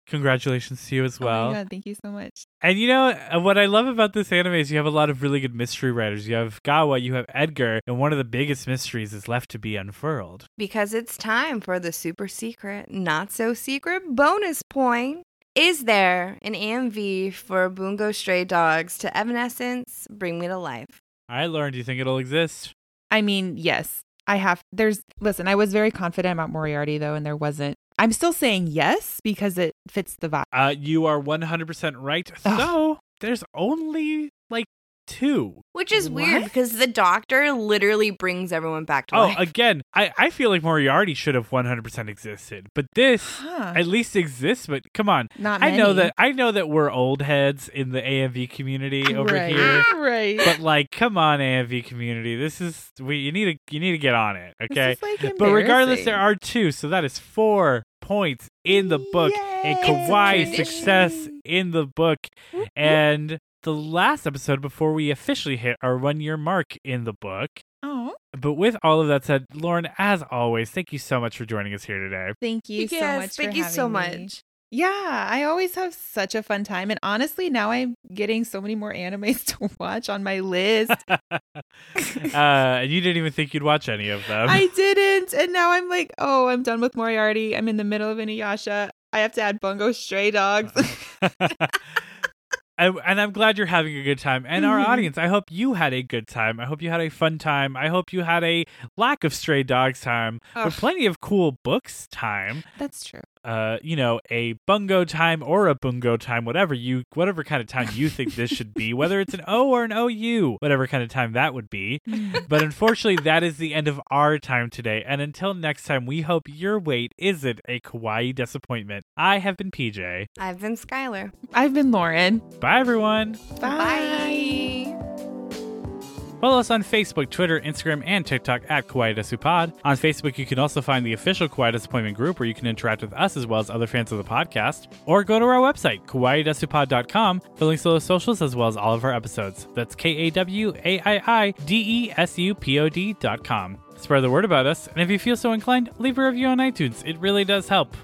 Congratulations to you as Oh well. my God, thank you so much. And you know uh, what I love about this anime is you have a lot of really good mystery writers. You have Gawa, you have Edgar, and one of the biggest mysteries is left to be unfurled. Because it's time for the super secret, not so secret bonus point. Is there an AMV for Bungo Stray Dogs to Evanescence Bring Me to Life? All right, Lauren, do you think it'll exist? I mean, yes, I have. There's, listen, I was very confident about Moriarty though, and there wasn't. I'm still saying yes because it fits the vibe. Uh, you are 100% right. Ugh. So there's only like two. Which is What? weird because the doctor literally brings everyone back to Oh, life. again, I, I feel like Moriarty should have 100% existed, but this Huh. at least exists. But come on. Not I know many. that I know that we're old heads in the AMV community over right. here. Right. But like, come on, AMV community. This is we you need to you need to get on it, This okay? is, like, But regardless, there embarrassing. are two, so that is four points in the book. And Yay! Kawhi's It's a success tradition. in the book. Whoop, And the last episode before we officially hit our one year mark in the book. Oh, But with all of that said, Lauren, as always, thank you so much for joining us here today. thank you so Yes, much. Thank for you having so me. much. Yeah, I always have such a fun time, and honestly, now I'm getting so many more animes to watch on my list. uh, and you didn't even think you'd watch any of them. I didn't, and now I'm like, oh, I'm done with Moriarty. I'm in the middle of Inuyasha. I have to add Bungo Stray Dogs. And, and I'm glad you're having a good time. And our Mhm. audience, I hope you had a good time. I hope you had a fun time. I hope you had a lack of stray dogs time, Ugh. but plenty of cool books time. Oh, That's true. Uh, you know, a bungo time or a bungo time, whatever you, whatever kind of time you think this should be, whether it's an O or an OU, whatever kind of time that would be. But unfortunately, that is the end of our time today. And until next time, we hope your wait isn't a kawaii disappointment. I have been PJ. I've been Skylar. I've been Lauren. Bye, everyone. Bye. Follow us on Facebook, Twitter, Instagram, and TikTok at Kawaii Desu Pod. On Facebook, you can also find the official Kawaii Disappointment group where you can interact with us as well as other fans of the podcast. Or go to our website, kawaiidesupod.com, for links to those socials as well as all of our episodes. That's K A W A I I D E S U P O D.com. Spread the word about us, and if you feel so inclined, leave a review on iTunes. It really does help.